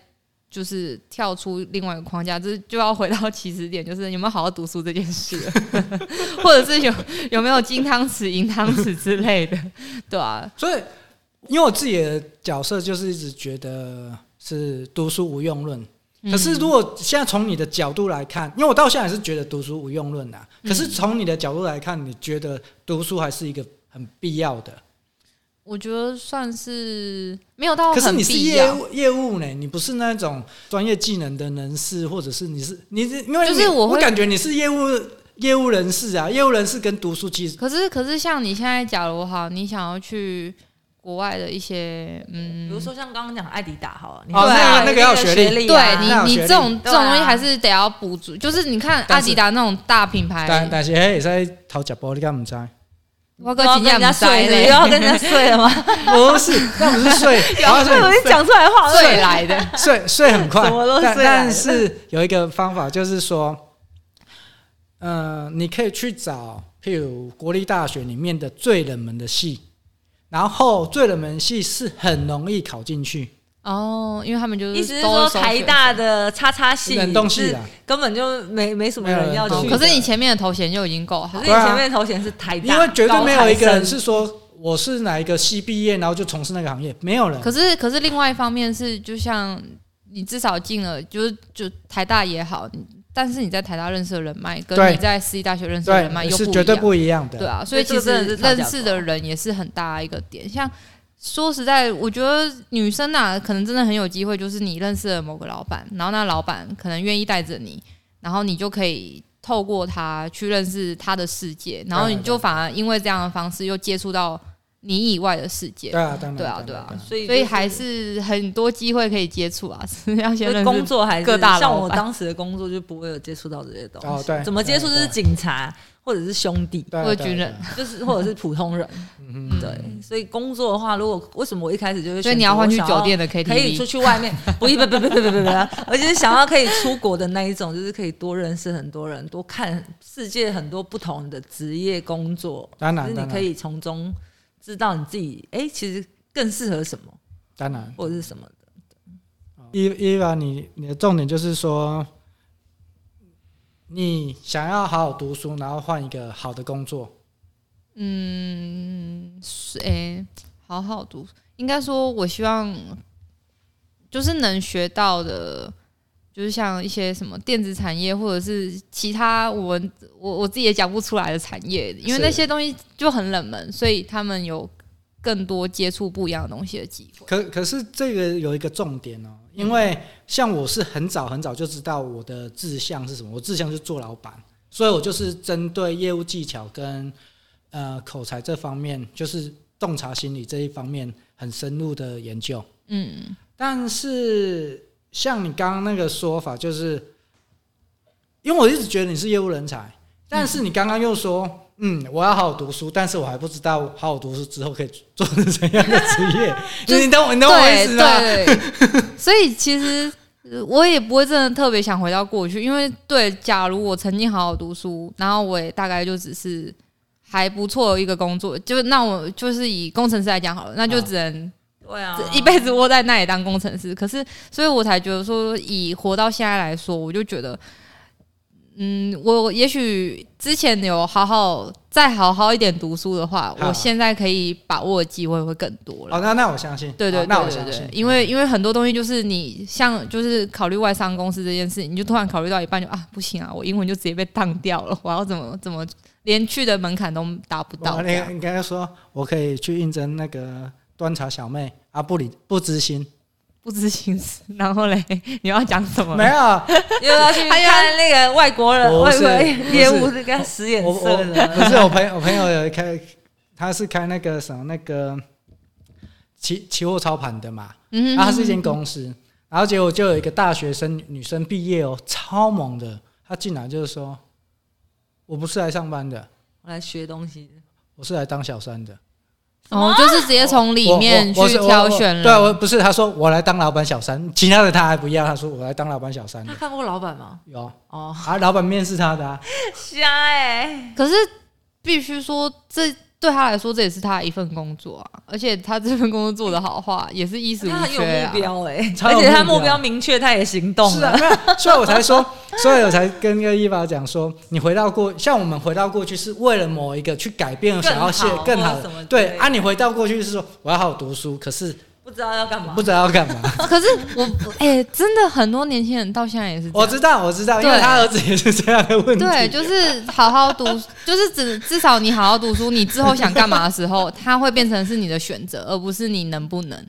S2: 就是跳出另外一个框架，这就要回到 起始点，就是有没有好好读书这件事 了，或者是有有没有金汤匙、银汤匙之类的，对啊，
S1: 所以，因为我自己的角色就是一直觉得是读书无用论。
S2: 嗯
S1: 可是，如果现在从你的角度来看，因为我到现在也是觉得读书无用论啊。可是从你的角度来看，你觉得读书还是一个很必要的？
S2: 我觉得算是没有到
S1: 可是
S2: 哦很
S1: 你是
S2: 必
S1: 业
S2: 要。
S1: 务业务呢，你不是那种专业技能的人士，或者是你是你是因为
S2: 就是
S1: 你
S2: 我
S1: 我
S2: 会
S1: 感觉你是业务业务人士啊，业务人士跟读书其实
S2: 可是可是像你现在，假如好，你想要去国外的一些嗯，
S4: 比如说像刚刚讲艾迪达好了，你
S1: 哦那个
S4: 还有
S1: 那个要有学历
S4: 历啊，
S2: 对
S1: 那有
S2: 你，你
S1: 学历
S2: 这种这
S4: 对啊
S2: 种东西还是得要补足。就是你看
S1: 但
S2: 阿
S1: 是
S2: 迪达那种大品
S1: 但
S2: 牌，
S1: 但是哎，在淘假包你干不知道？
S2: 我
S4: 都
S2: 跟
S4: 要
S2: 人
S4: 跟人家
S2: 家
S4: 睡
S2: 衰
S4: 了，又
S2: 嘞，
S4: 要跟 人家睡了吗？
S1: 不是，那不是睡，然后
S4: 对，我
S1: 睡
S4: 一讲出来话，
S2: 最来的。
S1: 睡睡很快，
S4: 怎么都
S1: 但
S4: 睡来了
S1: 但是有一个方法就是说，呃，你可以去找譬如国立大学里面的最冷门的系，然后最冷门的系是很容易考进去，
S2: 哦，因为他们就是
S4: 意思是
S2: 都
S4: 说
S2: 首选
S4: 台大的叉叉系
S1: 冷冻系
S4: 是
S1: 啦。
S4: 根本就没没什么人要
S1: 没有
S2: 哦
S1: 人
S4: 去，
S1: 懂
S2: 可是你前面的头衔就已经够好了
S4: 可是。你前面的头衔是台大，
S1: 啊因为绝对没有一个
S4: 高
S1: 人
S4: 材生
S1: 是说我是哪一个系毕业，然后就从事那个行业，没有人。
S2: 可是可是另外一方面是，就像你至少进了，就是就台大也好，你但是你在台大认识的人脉，跟
S1: 对
S2: 你在私立大学认识的人脉
S1: 对，
S2: 又
S1: 是
S2: 不
S1: 绝
S2: 一
S1: 对
S2: 样。
S1: 不一样的。
S2: 对啊，所以
S4: 所
S2: 其
S4: 以这个
S2: 实
S4: 真的是
S2: 认识的人也是很大一个点。像说实在，我觉得女生呐、可能真的很有机会，就是你认识了某个老板，然后那老板可能愿意带着你，然后你就可以透过他去认识他的世界，然后你就反而因为这样的方式又接触到你以外的世界
S1: 对。啊，当然，
S2: 对啊
S1: 当然
S2: 对啊
S4: 所以
S2: 所以
S4: 就是
S2: 还是很多机会可以接触啊，只是要先
S4: 就
S2: 认
S4: 是
S2: 识
S4: 工作还是
S2: 各大老板
S4: 像我当时的工作就不会有接触到这些东西。
S1: 哦对
S4: 怎么接触就
S1: 对
S4: 是
S1: 对
S4: 警察或者是兄 弟，
S1: 对啊
S2: 或
S1: 对啊
S2: 军人
S1: 对啊
S4: 就是或者是普通人。
S1: 嗯哼
S2: 嗯
S4: 对，所以工作的话，如果为什么我一开始就会，
S2: 所以你要换去酒。店的 KTV，
S4: 可以出去外面， 不不不不不不不，而且是想要可以出国的那一种，就是可以多认识很多人，多看世界很多不同的职业工作，
S1: 当
S4: 就是
S1: 然，
S4: 你
S1: 当
S4: 可
S1: 然，
S4: 以从中知道你自己，哎、其实更适合什么
S1: 当然。
S4: 或者是什么的。
S1: 伊伊娃，你你的重点就是说，你想要好好读书，然后换一个好的工作。
S2: 嗯，是诶、好好读。应该说，我希望就是能学到的，就是像一些什么电子产业，或者是其他我们我我自己也讲不出来的产业，因为
S1: 是
S2: 那些东西就很冷门，所以他们有更多接触不一样的东西的机会。
S1: 可可是这个有一个重点哦，因为像我是很早很早就知道我的志向是什么，我志向是做老板，所以我就是针对业务技巧跟呃口才这方面，就是洞察心理这一方面很深入的研究。
S2: 嗯，
S1: 但是像你刚刚那个说法，就是因为我一直觉得你是业务人才，但是你刚刚又说，嗯，我要好好读书，但是我还不知道好好读书之后可以做成怎样的职 业。
S2: 就
S1: 就是你懂我，你懂我啊意
S2: 对
S1: 思吗？
S2: 对， 所以其实呃我也不会真的特别想回到过去，因为对，假如我曾经好好读书，然后我也大概就只是还不错的一个工作，就那我就是以工程师来讲好了，那就
S1: 啊
S2: 只能
S4: 对啊
S2: 一辈子窝在那里当工程师。可是，所以我才觉得说，以活到现在来说，我就觉得，嗯，我也许之前有好好再好好一点读书的话，
S1: 啊
S2: 我现在可以把握的机会会更多了
S1: 哦，。那那我相信，
S2: 对对
S1: 好那
S2: 对
S1: 我
S2: 对
S1: 相
S2: 对
S1: 信，，
S2: 因为因为很多东西就是你像就是考虑外商公司这件事情，你就突然考虑到一半就啊不行啊，我英文就直接被当掉了，我要怎么怎么连去的门槛都达不到
S1: 我
S2: 这样
S1: 那。应该说，我可以去应征那个端茶小妹啊，不理不知心，
S2: 不知情事，然后嘞，你要讲什么？
S1: 没有，啊
S4: 又要去看那个外国人，
S1: 不
S4: 外
S1: 是
S4: 国
S1: 不
S4: 人
S1: 是
S4: 业务是跟他使眼
S1: 我我
S4: 色的。
S1: 不是我朋友，我朋友有开，他是开那个什么那个期期货操盘的嘛，
S2: 嗯哼，嗯
S1: 然啊后他是一间公司，然后结果就有一个大学生女生毕业哦，超猛的，她进来就是说，我不是来上班的，
S4: 我来学东西，
S1: 我是来当小三的。
S2: 哦，就是直接从里面
S1: 我我
S2: 去
S1: 我是我
S2: 挑选
S1: 我
S2: 了。
S1: 对，啊我不是他说我来当老板小三，其他的他还不要，他说我来当老板小三的
S4: 他看过老板吗？
S1: 有
S4: 哦，
S1: 啊，老板面试他的、啊，
S3: 瞎
S4: 欸
S3: 哎，
S2: 可是必须说，这对他来说这也是他的一份工作啊，而且他这份工作做得好的话，也是衣食无
S4: 他很有
S2: 缺
S4: 目
S2: 啊。
S4: 标哎、
S1: 超有
S4: 而且他
S1: 目标
S4: 目标明确，他也行动
S1: 是
S4: 了。
S1: 啊，那所以我才说， 所以我才跟那个伊娃讲说，你回到过，像我们回到过去是为了某一个去改变，想要写更好
S4: 或什
S1: 的，
S4: 么之类
S1: 对
S4: 的
S1: 啊，你回到过去是说我要好好读书，可是啊
S4: 不知道要干嘛
S1: 不。知道要干嘛。
S2: 可是我，哎、真的很多年轻人到现在也是这
S1: 我
S2: 样。
S1: 知道，我知道，因
S2: 对
S1: 为他儿子也是这样的问题。啊
S2: 对，就是好好读， 就是至至少你好好读书，你之后想干嘛的时 候，它会变成是你的选择，而不是你能不能。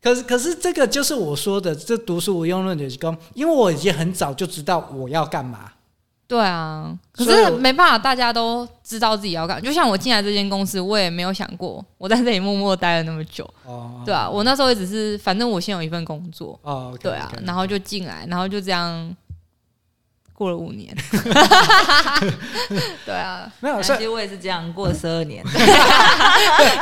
S1: 可是可是这个就是我说的，这读书无用论就是讲，因为我已经很早就知道我要干嘛。
S2: 对啊，可
S1: 所以
S2: 是
S1: 我
S2: 没办法，大家都知道自己要干。就像我进来这间公司，我也没有想过我在这里默默待了那么久，
S1: 哦，
S2: 对啊，我那时候也只是，反正我先有一份工作，
S1: 哦，
S2: 对啊，然
S1: 后
S2: 后就进来，然后就这样过了 五年， 对啊，
S1: 没有，所
S4: 其
S1: 以
S4: 实我也是这样，过了十二年，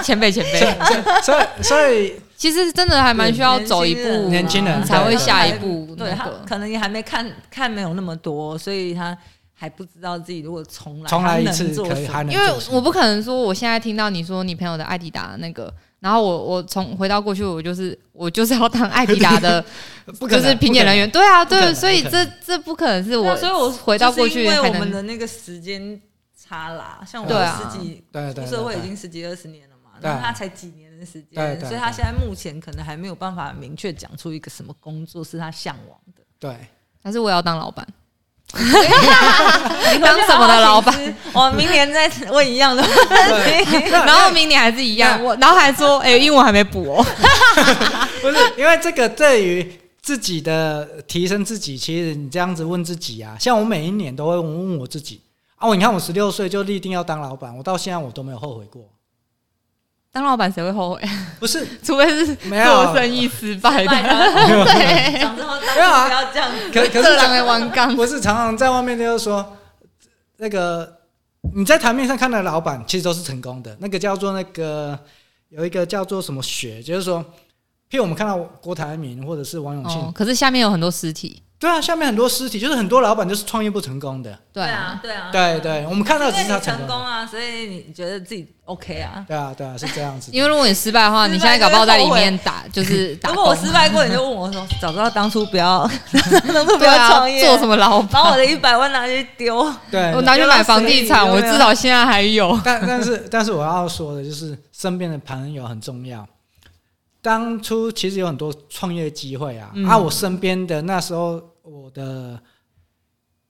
S2: 前辈前
S1: 所
S2: 辈，
S1: 以所以所 以
S2: 其实真的还蛮需要走一步，
S1: 年轻人
S2: 你才会下一步
S4: 对
S2: 那
S4: 他
S2: 个。
S4: 可能也还没看看没有那么多，所以他还不知道自己如果重来
S1: 重来一
S4: 他能
S1: 次
S4: 做
S1: 可以
S4: 什么
S1: 还能
S2: 因为
S1: 做什么
S2: 我不可能说我现在听到你说你朋友的艾迪达那个，然后我我从回到过去，我就是我就是要当艾迪达的，
S1: 呃不可
S2: 就
S1: 能
S2: 是评
S1: 不可
S2: 检
S1: 能
S2: 人员。对啊，
S1: 不可
S2: 对，
S1: 能
S2: 所以
S1: 不可
S2: 这这不可能是我，
S4: 对啊所以我
S2: 回到过去
S4: 就是因为
S2: 才
S4: 我们
S2: 能
S4: 的那个时间差啦，像
S1: 对
S4: 我
S2: 啊
S4: 十几
S1: 对对对
S4: 出社会已
S1: 对
S4: 经十几二十年了嘛，
S1: 对
S4: 然后他才几年的时
S1: 对
S4: 间，
S1: 对
S4: 所以他现在目前可能还没有办法明确讲出一个什么工作是他向往的。
S1: 对，
S2: 还是我要当老板，
S4: 你
S2: 当什么的老板？
S4: 我明年再问一样的问题。
S2: 然后明年还是一样，我然后还说，哎、英文还没补哦。
S1: 不是因为这个对于自己的提升自己，其实你这样子问自己啊，像我每一年都会问我自己啊，我你看我十六岁就立定要当老板，我到现在我都没有后悔过，
S2: 当老板谁会后悔？
S1: 不是
S2: 除非是
S1: 没 有
S2: 做生意失败 的。
S4: 对，讲这么大
S1: 没有啊
S4: 不要这样。
S1: 可可
S2: 这
S1: 是
S2: 狼的玩 刚，
S1: 不是常常在外面就是说那个你在台面上看到的老板其实都是成功的，那个叫做那个有一个叫做什么学，就是说。譬如我们看到郭台铭或者是王永庆，
S2: 哦，可是下面有很多尸体。
S1: 对啊，下面很多尸体，就是很多老板就是创业不成功的，
S2: 对啊，，
S4: 对啊，
S1: 对对，我们看到
S4: 因
S1: 只
S4: 为
S1: 是他
S4: 你
S1: 成
S4: 成
S1: 功
S4: 功
S1: 了，
S4: 啊，所以你觉得自己 OK 啊。
S1: 对啊对啊，是这样子的。
S2: 因为如果你失败的话，
S4: 失败
S2: 你现在搞不好在里面打，就是打
S4: 如
S2: 工。
S4: 果我失败过，你就问我说，早知道当初不要， 当初不
S2: 对
S4: 要
S2: 啊
S4: 创，业，
S2: 做什么老板？
S4: 把我的一百万拿去丢。
S1: 对，
S2: 我拿去买房地产，我至少现在还有。
S1: 但但是但是我要说的就是，身边的朋友很重要。当初其实有很多创业机会啊，
S4: 嗯
S1: 啊，我身边的那时候我的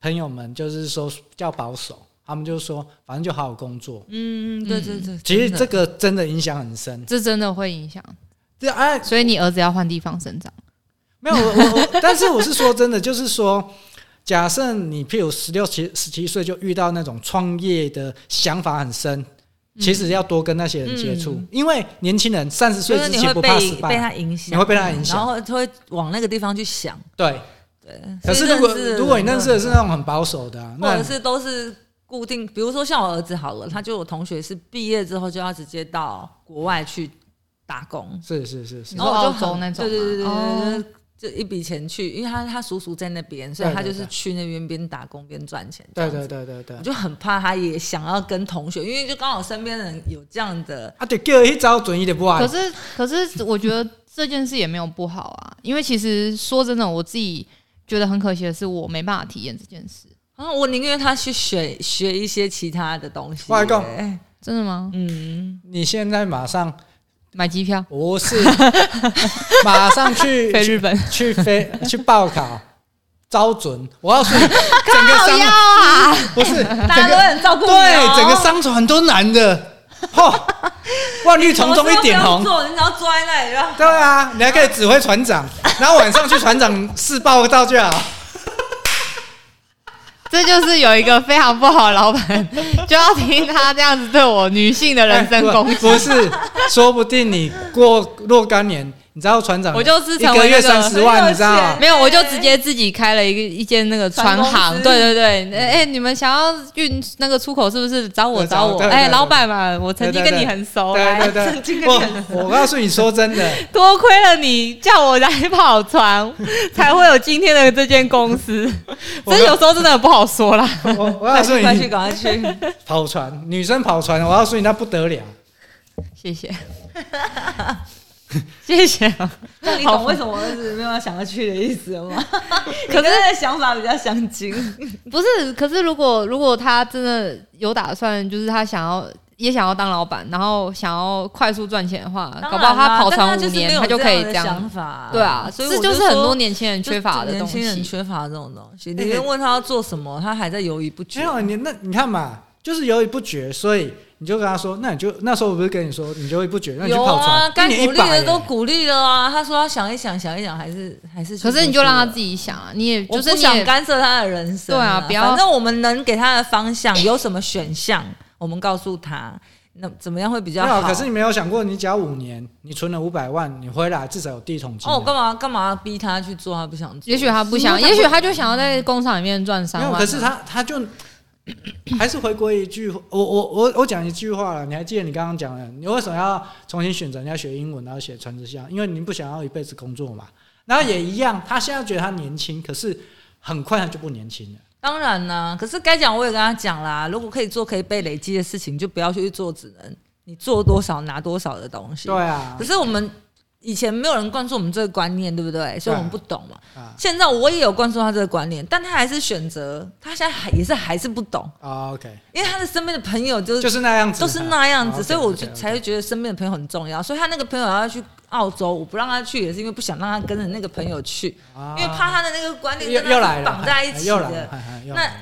S1: 朋友们就是说比较保守，他们就说反正就好好工作。
S4: 嗯，
S2: 对对
S4: 对
S1: 其实这个真的影响很深。
S2: 这真的会影响，
S1: 这哎，
S2: 所以你儿子要换地方生长。
S1: 没有，我我 我，但是我是说真的，就是说，假设你譬如十六、七、十七岁就遇到那种创业的想法很深，其实要多跟那些人接触，
S4: 嗯
S1: 因为年轻人三十岁
S4: 就是
S1: 之
S4: 你
S1: 前
S4: 会
S1: 不怕
S4: 被
S1: 失
S4: 被
S1: 败，啊
S4: 他影响，
S1: 你会被他影响
S4: 然后就会往那个地方去想。
S1: 对。
S4: 对，
S1: 可是
S4: 所以
S1: 如果
S4: 嗯认识
S1: 如果你认识的是
S4: 很
S1: 那种很保守的啊、
S4: 多
S1: 那
S4: 人，或者是都是固定，比如说像我儿子好了，他就我同学是毕业之后就要直接到国外去打工，
S1: 是是是是
S2: 你
S4: 然
S2: 说
S4: 后我就
S2: 澳洲
S4: 很
S2: 那种
S4: 对对对对
S2: 吗哦
S4: 对。对就一笔钱去，因为他他叔叔在那边，所以
S1: 对
S4: 他就
S1: 对
S4: 是
S1: 对
S4: 去那边边打工边赚钱。
S1: 对对，对对对
S4: 我。就很怕他也想要跟同学，因为就刚好身边人有这样的，
S1: 啊，对，叫一招准一点不爱
S2: 可，是，可是，我觉得这件事也没有不好啊，因为其实说真的，我自己觉得很可惜的是，我没办法体验这件事。
S4: 啊，我宁愿他去学学一些其他的东西、
S1: 我还讲
S4: 欸
S2: 真的吗？
S4: 嗯，
S1: 你现在马上
S2: 买机票
S1: 不 是马上去
S2: 飞日本？
S1: 去飞去报考招准，我要 说整个商
S2: 啊！
S1: 不是
S4: 大家都会很照顾你、哦
S1: 对，整个商船都男 的，嚯，万绿丛中一点哦红
S4: 你什么事都不用。做你只要坐在那里就好。
S1: 对啊，你还可以指挥船长，然后晚上去船长室报个到就 好。
S2: 这就是有一个非常不好的老板，就要听他这样
S1: 哎
S2: 子对我女性的人身攻击。
S1: 不是，说不定你过若干年，你知道船长
S2: 我就是
S1: 一
S2: 成为
S1: 个月
S2: 那个
S1: 三十万，你知
S4: 很有
S1: 道
S4: 钱？
S2: 没有，我就直接自己开了一个一间那个船
S4: 船公
S2: 行，
S4: 司
S2: 对对对，哎、哎你们想要运那个出口是不是找我
S1: 对找
S2: 找
S1: 我
S2: 我？
S1: 对对
S2: 哎、
S1: 对
S2: 老板嘛，我曾经
S1: 对对
S2: 跟
S1: 对
S2: 你很熟，啊
S1: 对
S2: 来，
S1: 对对，我我告诉你说真的，
S2: 多亏了你叫我来跑船，才会有今天的这间公司。
S1: 我
S2: 这有时候真的很不好说啦。
S1: 我我告
S4: 赶
S1: 诉
S4: 快
S1: 啊
S4: 去，
S1: 你，
S4: 赶快去！
S1: 跑船女生跑船，我告诉你那不得了。
S2: 谢谢， 谢谢。
S4: 那你
S2: 好
S4: 懂为什么我儿子没有要想要去的意思了 吗？
S2: 可
S4: 可
S2: 是
S4: 是他的想法比较相近，
S2: 不是，可是如果如果他真的有打算，就是他想要也想要当老板，然后想要快速赚钱的话，啊搞不好他跑船五年，他
S4: 他
S2: 就可以这
S4: 这样的
S2: 样
S4: 想。法，
S2: 对啊，
S4: 所以
S2: 这
S4: 我
S2: 就是
S4: 说
S2: 很多年轻人
S4: 就
S2: 缺乏的
S4: 年
S2: 东西
S4: 轻。人缺乏这种东西。你
S1: 哎
S4: 别问他要做什么，他还在犹豫不
S1: 没
S4: 决。
S1: 有啊你那你看嘛，就是犹豫不决，所以你就跟他说，那你就那时候我不是跟你说，你就犹豫不决，那你就
S4: 有
S1: 跑
S4: 啊
S1: 船，，
S4: 该
S1: 一年
S4: 鼓
S1: 一
S4: 励
S1: 百哎
S4: 的
S1: 耶
S4: 都鼓励了啊。他说他想一想，想一想，还是还是去
S2: 可
S4: 做去了。
S2: 是你就让他自己想啊，你也
S4: 我
S2: 就是
S4: 不
S2: 你
S4: 想
S2: 也
S4: 干涉他的人生、
S2: 对啊不要
S4: 反正我们能给他的方向有什么选项，我们告诉他，那怎么样会比较
S1: 没有，啊
S4: 好？
S1: 可是你没有想过，你只要五年，你存了五百万，你回来至少有第一桶金啊。
S4: 哦，我干嘛干嘛逼他去做他不想做？
S2: 也许他不想，也许他就想要在工厂里面赚三
S1: 没有，
S2: 万啊。
S1: 可是他他就 还是回归一句，我我我我讲一句话了。你还记得你刚刚讲的，你为什么要重新选择你要学英文，然后写传直销？因为你不想要一辈子工作嘛。然后也一样，他现在觉得他年轻，可是很快他就不年轻了。
S4: 当然啦、可是该讲我也跟他讲啦。如果可以做可以被累积的事情，就不要去做只能你做多少拿多少的东西。
S1: 对啊
S4: 可，是我们以前没有人灌输我们这个观念，对不对？所以我们不懂嘛。
S1: 啊
S4: 现在我也有灌输他这个观念，但他还是选择，他现在还也是还是不懂，
S1: 啊，OK，
S4: 因为他的身边的朋友就是
S1: 就是那样子，
S4: 都是那样
S1: 啊
S4: 子，
S1: ，OK，
S4: 所以我
S1: OK，
S4: 就
S1: OK
S4: 才会觉得身边的朋友很重要。所以他那个朋友要去澳洲，我不让他去，也是因为不想让他跟着那个朋友去，
S1: 啊
S4: 因为怕他的那个观念
S1: 又
S4: 跟
S1: 又
S4: 他
S1: 来
S4: 是
S1: 了，
S4: 绑在一
S1: 哎
S4: 起
S1: 又来了，
S4: 的，
S1: 哎哎又
S4: 那
S1: 来了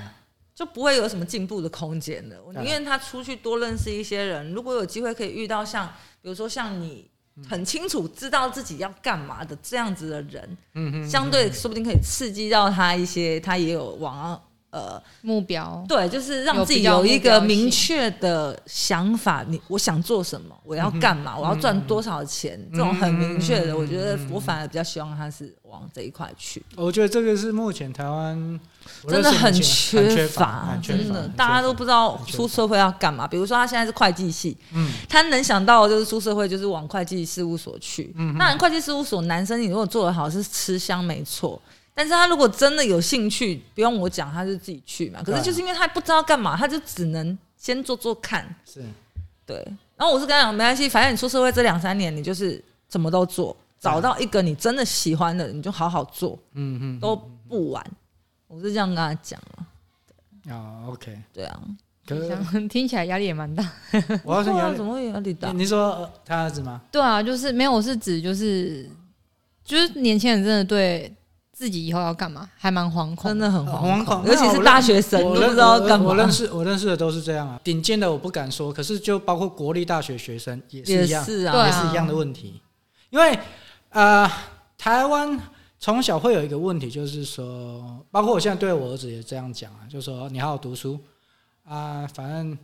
S4: 就不会有什么进步的空间的。我宁愿他出去多认识一些人，如果有机会可以遇到像，比如说像你。很清楚知道自己要干嘛的这样子的人，
S1: 嗯哼，
S4: 相对说不定可以刺激到他一些，他也有往上呃
S2: 目标，
S4: 对，就是让
S2: 哦有
S4: 自
S2: 比
S4: 己
S2: 较
S4: 有
S2: 目
S4: 一
S2: 标
S4: 个
S2: 性
S4: 明确的想法，你我想做什么，我要干
S2: 嗯
S4: 嘛，我要赚多少钱，这种很明确的，我觉得我反而比较希望他是往这一块去，
S1: 我觉得这个是目前台湾我
S4: 真的
S1: 认识
S4: 很
S1: 年轻人
S4: 缺
S1: 很乏，很缺乏
S4: 真的
S1: 很，缺
S4: 大家
S1: 乏
S4: 都不知道
S1: 很缺
S4: 出
S1: 乏
S4: 社会要干嘛。比如说他现在是会计系，
S1: 嗯
S4: 他能想到的就是出社会就是往会计事务所去。
S1: 嗯
S4: 当然，会计事务所男生你如果做得好是吃香没错，但是他如果真的有兴趣，不用我讲，他就自己去嘛。可
S1: 对啊
S4: 是就是因为他不知道干嘛，他就只能先做做看。
S1: 是
S4: 对，然后我是跟他讲，没关系，反正你出社会这两三年，你就是什么都做，找到一个你真的喜欢的，你就好好做，
S1: 嗯嗯
S4: 都不晚。我是这样跟他讲啊，
S1: 啊 OK，
S4: 对啊，
S1: 可是
S2: 听起来压力也蛮大。
S1: 我要是有
S4: 对啊怎么会有压力大？
S1: 你你说呃他儿子吗？
S2: 对啊，就是没有，我是指就是就是年轻人真的对自己以后要干嘛还蛮惶恐，
S4: 真的很
S1: 惶恐
S4: 尤其是大学生，
S1: 我
S4: 都不
S1: 认
S4: 知道干嘛。
S1: 我认识我认识的都是这样啊，顶尖的我不敢说，可是就包括国立大学学生也是
S4: 也
S1: 一样，
S4: 是
S2: 对
S4: 啊，
S1: 也
S2: 啊
S1: 是一样的问题，因为呃，台湾从小会有一个问题，就是说，包括我现在对我儿子也这样讲啊，就说你好好读书啊、反正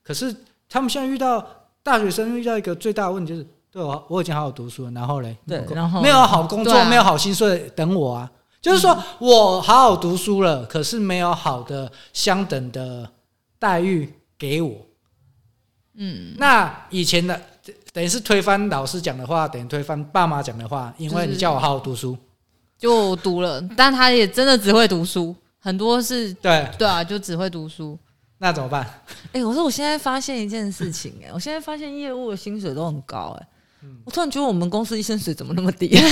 S1: 可是他们现在遇到大学生遇到一个最大的问题就是，对我我已经好好读书了，然后嘞，
S4: 对
S1: 我
S4: 然后
S1: 没有好工作，
S2: 对啊
S1: 没有好薪水等我啊，就是说我好好读书了，可是没有好的相等的待遇给我，
S2: 嗯，
S1: 那以前的等于是推翻老师讲的话，等于推翻爸妈讲的话，因为
S2: 就是
S1: 你叫我好好读书，
S2: 就读了，但他也真的只会读书，很多是
S1: 对，
S2: 对啊，就只会读 书，
S1: 那怎么办？
S4: 哎、我说我现在发现一件事情、哎，我现在发现业务的薪水都很高、哎、
S1: 嗯
S4: 我突然觉得我们公司的薪水怎么那么低？
S1: 啊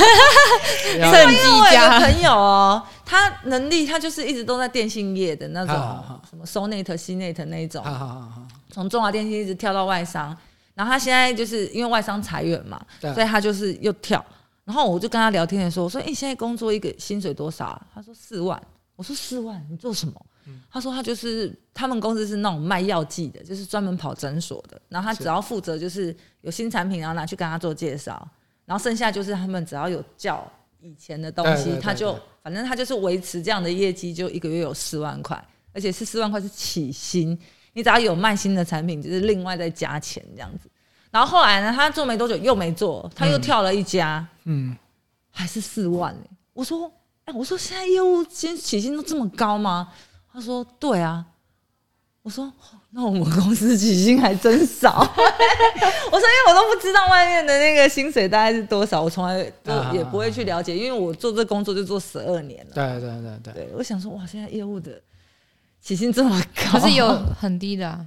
S1: 要
S2: 趁机
S4: 我有个
S2: 加，
S4: 朋友哦，他能力他就是一直都在电信业的那
S1: 好好好
S4: 种，什么 Sonet、Cnet 那一种
S1: 好，好好好，
S4: 从中华电信一直跳到外商，然后他现在就是因为外商裁员嘛，
S1: 对
S4: 所以他就是又跳。然后我就跟他聊天的时候，我说：“哎、你现在工作一个薪水多少、啊？”他说：“四万。”我说：“四万，你做什么？”
S1: 嗯
S4: 他说：“他就是他们公司是那种卖药剂的，就是专门跑诊所的。然后他
S1: 是
S4: 只要负责就是有新产品，然后啊拿去跟他做介绍，然后剩下就是他们只要有叫以前的东西，
S1: 对对对
S4: 他就
S1: 对
S4: 反正他就是维持这样的业绩，就一个月有四万块，而且是四万块是起薪，你只要有卖新的产品，就是另外再加钱这样子。然后后来呢，他做没多久又没做，他又
S1: 嗯
S4: 跳了一家，
S1: 嗯，
S4: 还是四万呢、我说，哎、我说现在业务薪起薪都这么高吗？他说，对啊。我说，哦那我们公司起薪还真少。 我说，因为我都不知道外面的那个薪水大概是多少，我从来都
S1: 啊
S4: 也不会去了解，因为我做这工作就做十二年了。
S1: 对对对对，
S4: 对，我想说，哇，现在业务的起薪这么高，
S2: 可是有很低的、啊，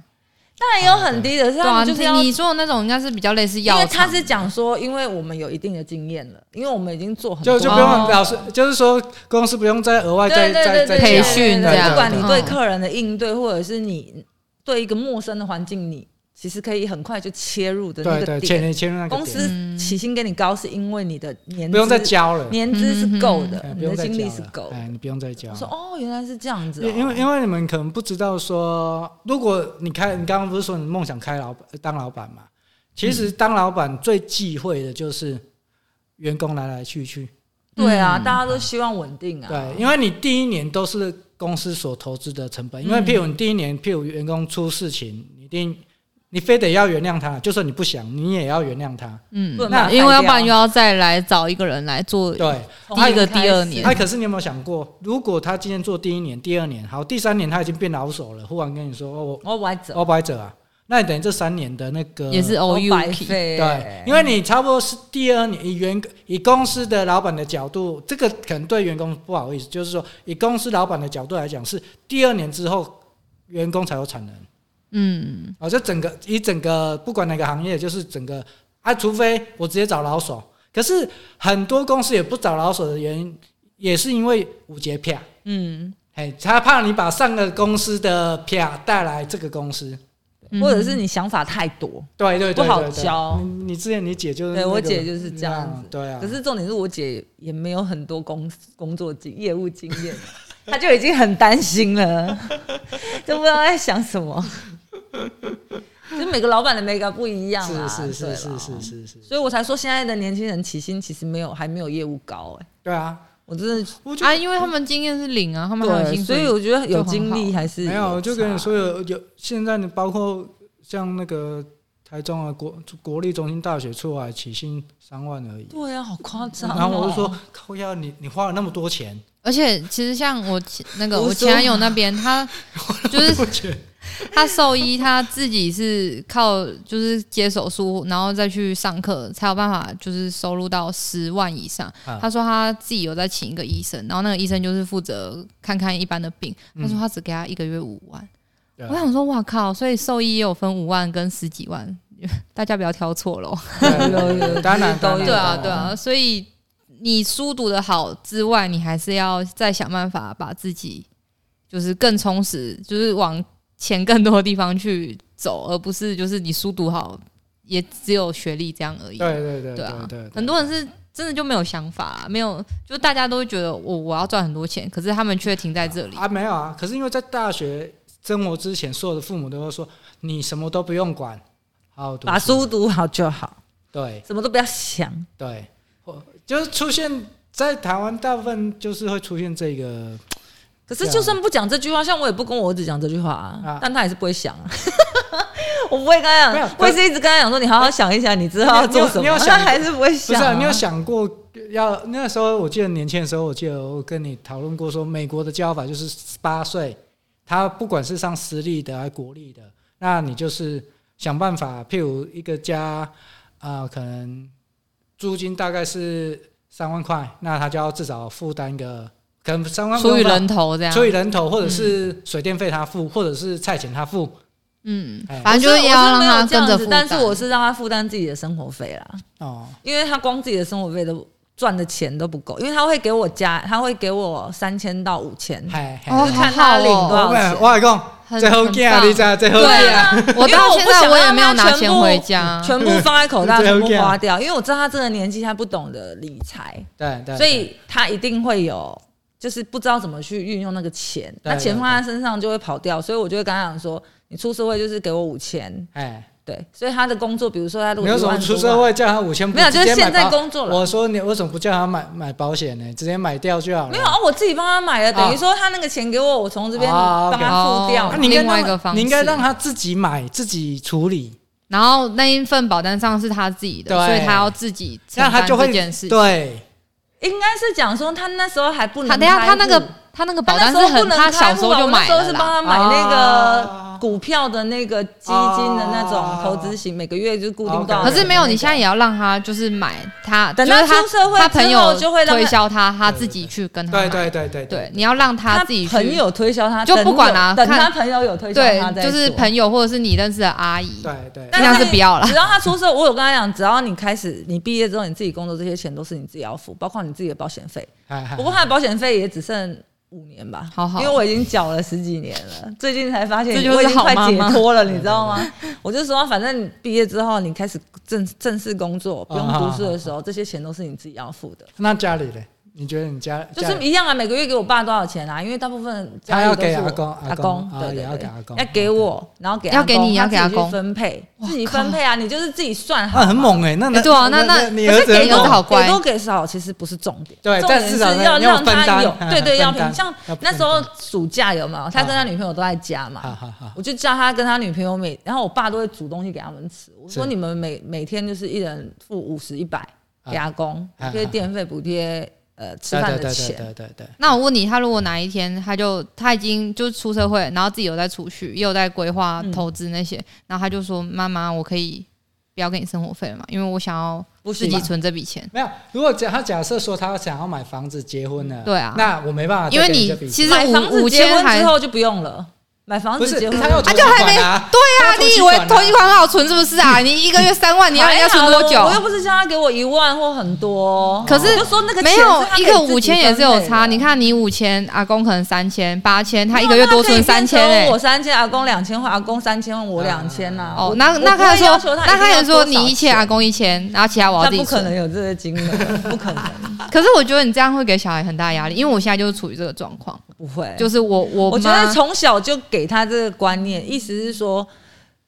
S4: 当然也有很低的，是
S2: 对
S4: 他
S2: 啊，
S4: 们就是要
S2: 你你说的那种应该是比较类似
S4: 因
S2: 药
S4: 为
S2: 厂，
S4: 他是讲说，因为我们有一定的经验了，因为我们已经做很多
S1: 就
S4: 了，
S1: 就不用老师，就是说公司不用再额外再
S4: 对对
S1: 再
S4: 对
S1: 再
S4: 对，
S1: 教
S2: 培训
S1: 对
S4: 对
S2: 这样
S4: 不管你
S1: 对
S4: 对
S2: 嗯
S4: 客人的应对，或者是你对一个陌生的环境，你其实可以很快就切入的那
S1: 对
S4: 个
S1: 对，签
S4: 点。
S1: 你签入那个
S4: 公
S1: 点嗯
S4: 司起薪给你高，是因为你的年资
S1: 不用再教了，
S4: 年资是够的
S1: 哎，不
S4: 你
S1: 用
S4: 的
S1: 再
S4: 经
S1: 教
S4: 历是
S1: 了
S4: 够的
S1: 哎，。你不用再教
S4: 我
S1: 了。
S4: 说哦，原来是这样子哦，
S1: 因因为因为你们可能不知道说，如果你开，你刚刚不是说你梦想开老板当老板嘛？其
S4: 嗯
S1: 实当老板最忌讳的就是员工来来去去，
S4: 对啊，
S2: 嗯
S4: 大家都希望稳定啊。
S1: 对，因为你第一年都是公司所投资的成本，因为
S4: 嗯
S1: 譬如你第一年，譬如员工出事情，你一定你非得要原谅他，就算你不想，你也要原谅他。
S2: 嗯
S4: 不能，把
S2: 那
S4: 它
S2: 因为
S4: 改
S2: 要不然又
S4: 掉啊
S2: 要再来找一个人来做，
S1: 对，
S4: 从
S2: 第一个
S4: 零哦开
S2: 第二
S4: 始
S2: 年
S1: 哎，可是你有没有想过，如果他今天做第一年、第二年，好，第三年他已经变老手了，忽然跟你说，哦，
S4: 我歪
S1: 我
S4: 走，
S1: 我白者啊，那你等于这三年的那个
S2: 也是哦
S4: 我
S2: O U
S4: 哦白
S2: K，
S4: 费。
S1: 对，因为你差不多是第二年，以员以公司的老板的角度，这个可能对员工不好意思，就是说以公司老板的角度来讲，是第二年之后员工才有产能。
S2: 嗯，
S1: 哦，这整个以整个不管哪个行业，就是整个啊，除非我直接找老手，可是很多公司也不找老手的原因，也是因为五节票，
S4: 嗯，
S1: 哎，他怕你把上个公司的票带来这个公司。
S2: 嗯
S4: 或者是你想法太多，
S1: 对对对对
S4: 不好
S1: 对对
S4: 教
S1: 你你之前你姐就是
S4: 对
S1: 那
S4: 我
S1: 个
S4: 姐就是这样子
S1: 对啊。
S4: 可是重点是我姐也没有很多工工作经业务经验， 她就已经很担心了， 就不知道在想什么。就每个老板的 mega 不一样啦，
S1: 是是是
S4: 对啦
S1: 是是是是，
S4: 所以我才说现在的年轻人起薪其实没有还没有业务高哎、
S1: 对啊，
S4: 我真的
S1: 我就
S2: 啊，因为他们经验是零啊，他们还有
S4: 对，
S2: 薪
S4: 所以
S2: 水，
S4: 我觉得有
S2: 就很
S4: 经历
S2: 好
S4: 还是
S1: 没有，我就跟你
S4: 差，
S1: 说有有现在你包括像那个台中啊国国立中心大学出来起薪三万而已，
S4: 对啊，好夸张、哦。
S1: 然后我就说，靠呀，你你花了那么多钱，
S2: 而且其实像我前那个
S4: 胡
S2: 我
S4: 说
S2: 前男友那边， 他就是
S1: 我觉得
S2: 他兽医他自己是靠就是接手术，然后再去上课，才有办法就是收入到十万以上。
S1: 啊
S2: 他说他自己有在请一个医生，然后那个医生就是负责看看一般的病。
S1: 嗯
S2: 他说他只给他一个月五万，
S1: 对啊
S2: 我想说哇靠，所以兽医也有分五万跟十几万， 大家不要挑错喽。
S1: 对对对当然
S4: 都
S1: 当
S4: 有
S1: 然
S2: 对啊，
S1: 当然
S2: 对啊，所以你书读的好之外，你还是要再想办法把自己就是更充实，就是往前更多的地方去走，而不是就是你书读好也只有学历这样而已。
S1: 对对对
S2: 对
S1: 对
S2: 啊
S1: 对，
S2: 很多人是真的就没有想法、啊没有就大家都会觉得我我要赚很多钱，可是他们却停在这里。
S1: 啊没有啊，可是因为在大学生活之前，所有的父母都会说你什么都不用管，好好读
S4: 把书读好就好，
S1: 对
S4: 什么都不要想。
S1: 对，或就是出现在台湾大部分就是会出现这个
S4: 可是就算不讲这句话，像我也不跟我儿子讲这句话啊，
S1: 啊
S4: 但他也是不会 想啊。我不会跟他
S1: 没有
S4: 讲，我也是一直跟他讲说，你好好想一想，你之后要做什么。
S1: 你有你有想
S4: 他还是不会
S1: 不
S4: 想、
S1: 是、
S4: 啊。
S1: 你有想过要那时候？我记得年轻的时候，我记得我跟你讨论过说，美国的呃教法就是十八岁，他不管是上私立的还是国立的，那你就是想办法，譬如一个家啊、呃可能租金大概是三万块，那他就要至少负担个可能三万
S2: 出于
S1: 不用吧
S2: 人嗯头这样，
S1: 除以人头，或者是水电费他付，或者是菜钱他付，
S2: 嗯
S1: 哎，
S2: 反正就是
S4: 我
S2: 要让
S4: 我是没有
S2: 他
S4: 这
S2: 跟
S4: 样
S2: 着
S4: 子
S2: 负担。
S4: 但是我是让他负担自己的生活费啦，
S1: 哦，
S4: 因为他光自己的生活费都赚的钱都不够，因为他会给我家，他会给我三千到五千。
S1: 嗨嗨
S2: 哦，
S4: 就
S2: 好
S4: 看
S2: 好
S4: 他领多
S1: 我
S2: 哦，
S4: 少
S1: 跟我来讲，
S2: 很
S1: 最后
S2: 很
S1: 见
S2: 棒
S1: 你知道最后
S2: 对
S1: 见。
S2: 啊，我
S4: 因为
S2: 到
S4: 我
S2: 现
S4: 不
S2: 在
S4: 想
S2: 我也
S4: 让
S2: 没有
S4: 他
S2: 拿
S4: 全
S2: 钱
S4: 部
S2: 回
S1: 啊
S2: 家，
S4: 全部放在口袋，
S1: 这
S4: 全部
S1: OK 啊
S4: 花掉，因为我知道他这个年纪，他不懂得理财，
S1: 对对，
S4: 所以他一定会有，就是不知道怎么去运用那个钱，那钱放在身上就会跑掉，所以我就会跟他讲说，你出社会就是给我五千，
S1: 哎，
S4: 对，所以他的工作，比如说他如
S1: 没
S4: 果
S1: 有什么
S4: 10,000
S2: 啊
S1: 出社会叫他五千，
S4: 没有
S1: 直接
S4: 就是现
S1: 买保
S4: 在工作了
S1: 我说你为什么不叫他买买保险呢？直接买掉就好了。
S4: 没有啊，我自己帮他买的，等于说他那个钱给我，我从这边
S1: 哦
S4: 帮他付掉
S1: 啊，
S2: 哦
S1: 你应该让
S2: 另外一
S1: 他
S2: 个方式
S1: 你应该让他自己买自己处理。
S2: 然后那一份保单上是他自己的，
S1: 对
S2: 所以他要自己
S1: 这样
S2: 承
S1: 他
S2: 担
S1: 就
S2: 这
S1: 会
S2: 件事。，
S1: 对啊
S4: 应该是讲说他那时候还不能
S2: 他啊
S4: 开户，
S2: 等一下他那个他那个保单
S4: 那
S2: 是
S4: 时候不
S2: 很
S4: 能
S2: 他
S4: 开
S2: 小
S4: 户
S2: 时候
S4: 吧
S2: 就
S4: 我那
S2: 买
S4: 时候
S2: 了
S4: 是帮
S2: 啦，
S4: 他买那
S1: 哦
S4: 个股票的那个基金的那种
S1: 哦
S4: 投资型，每个月就固定
S1: OK
S4: 多少
S2: 可
S4: 钱的那个。
S2: 是没有，你现在也要让他就是买他，
S4: 等
S2: 就
S4: 他
S2: 是他
S4: 出社会
S2: 他
S4: 之
S2: 朋
S4: 后
S2: 友
S4: 就会让
S2: 推
S4: 他
S2: 销他，他
S1: 对
S2: 自
S1: 对
S2: 己去跟他
S1: 对
S2: 买。
S1: 对对对
S2: 对，你要让他自己去
S4: 朋友推销他，
S2: 就
S4: 等
S2: 不管啦
S4: 有等
S2: 看
S4: 他朋友有推销
S2: 对
S4: 他，再
S2: 就是
S4: 说
S2: 朋友或者是你认识的阿姨，
S1: 对哎对，
S2: 尽量是不要啦
S4: 只要他出社，我有跟他讲，只要你开始你毕业之后，你自己工作这些钱都是你自己要付，包括你自己的保险费。
S1: 嗨嗨
S4: 不过他的保险费也只剩五年吧，
S2: 好好
S4: 因为我已经缴了十几年了，最近才发现
S2: 这就是
S4: 我已经快
S2: 好妈
S4: 解
S2: 妈
S4: 脱了，你知道吗？我就说，反正你毕业之后你开始正正式工作，不用读书的时候，这些钱都是你自己要付的。
S1: 那家里嘞？你觉得你家
S4: 就是
S1: 家里
S4: 一样啊，每个月给我爸多少钱啊？因为大部分家
S1: 他
S4: 里
S1: 要
S4: 都是
S1: 给
S4: 我
S1: 阿公
S4: 阿
S1: 阿公啊
S4: 对对
S1: 也
S4: 对，
S1: 要给阿公
S4: 要给我，然后给
S2: 要给你
S4: 要
S2: 要给阿公
S4: 分配，
S2: 哇
S4: 自己
S2: 靠
S4: 分配啊，你就是自己算好
S1: 啊
S4: 嘛，
S1: 很猛哎，那那
S2: 欸对啊那那
S1: 你
S2: 可
S1: 儿
S2: 是
S1: 子
S2: 给
S1: 很
S2: 你儿子
S1: 猛
S2: 好乖
S4: 给多给少其实不是重点，
S1: 对
S4: 重
S1: 但
S4: 点
S1: 至
S4: 是
S1: 少要
S4: 让
S1: 分
S4: 他
S1: 担
S4: 有
S1: 嗯
S4: 对对
S1: 分
S4: 要
S1: 担
S4: 平。像
S1: 要分
S4: 那时候
S1: 担啊
S4: 暑假有没有？他跟他女朋友都在家
S1: 好
S4: 嘛，
S1: 好好，
S4: 我就叫他跟他女朋友每，然后我爸都会煮东西给他们吃。我说
S1: 是
S4: 你们每每天就是一人付五十一百
S1: 啊
S4: 给阿公，
S1: 啊
S4: 补贴
S1: 啊
S4: 电费，补贴呃吃
S1: 对
S4: 饭
S1: 对
S4: 的
S1: 对对
S4: 钱。
S1: 对对对，
S2: 那我问你，他如果哪一天他就他已经就是出社会，然后自己有在储蓄，也有在规划
S4: 嗯
S2: 投资那些，然后他就说：“妈妈，我可以不要给你生活费了嘛，因为我想要
S4: 不
S2: 自
S4: 行
S2: 己
S4: 吧，
S2: 存这笔钱。
S1: 没有。如果假他假设说他想要买房子结婚了，
S2: 对啊
S1: 那我没办法
S2: 因
S1: 再
S2: 为
S1: 给你
S2: 你
S1: 这笔
S2: 其
S1: 钱，
S2: 实
S4: 买房
S2: 五
S4: 子
S2: 五
S4: 结
S2: 千
S4: 婚
S2: 还
S4: 之后就不用了，买房
S1: 不
S4: 子
S1: 是
S4: 结婚
S1: 他要
S2: 他就还没
S1: 投资款啊
S2: 对啊，
S1: 要
S2: 你以
S1: 投
S2: 为
S1: 款啊
S2: 投期款很好存是不是 啊？你一个月三万，你要人家存多
S4: 还好哎我又
S2: 久？
S4: 不是叫他给我一万或很多，
S2: 可是
S4: 我就说那个
S2: 没
S4: 钱
S2: 有
S4: 是他
S2: 一
S4: 可以
S2: 个
S4: 自己
S2: 五千也是有
S4: 分配
S2: 差。
S4: 的
S2: 你看你五千，阿公可能三千、八千，他一个
S4: 没有
S2: 月多存三千
S4: 那可以变
S2: 哎
S4: 成。我三千，阿公两千，或阿公三千，我两千呐。
S2: 哦
S4: 我，
S2: 那
S4: 我
S2: 那
S4: 不会
S2: 他
S4: 要
S2: 说
S4: 求，他
S2: 那
S4: 一定
S2: 他
S4: 要
S2: 也说
S4: 多少
S2: 你一千，阿
S4: 钱，
S2: 公一千，然后其他我要
S4: 他
S2: 自己
S4: 不可
S2: 存
S4: 能。有这个金额，不可能，
S2: 可是我觉得你这样会给小孩很大压力，因为我现在就是处于这个状况，
S4: 不会。
S2: 就是我我
S4: 我觉
S2: 妈
S4: 得从小就给他这个观念，意思是说，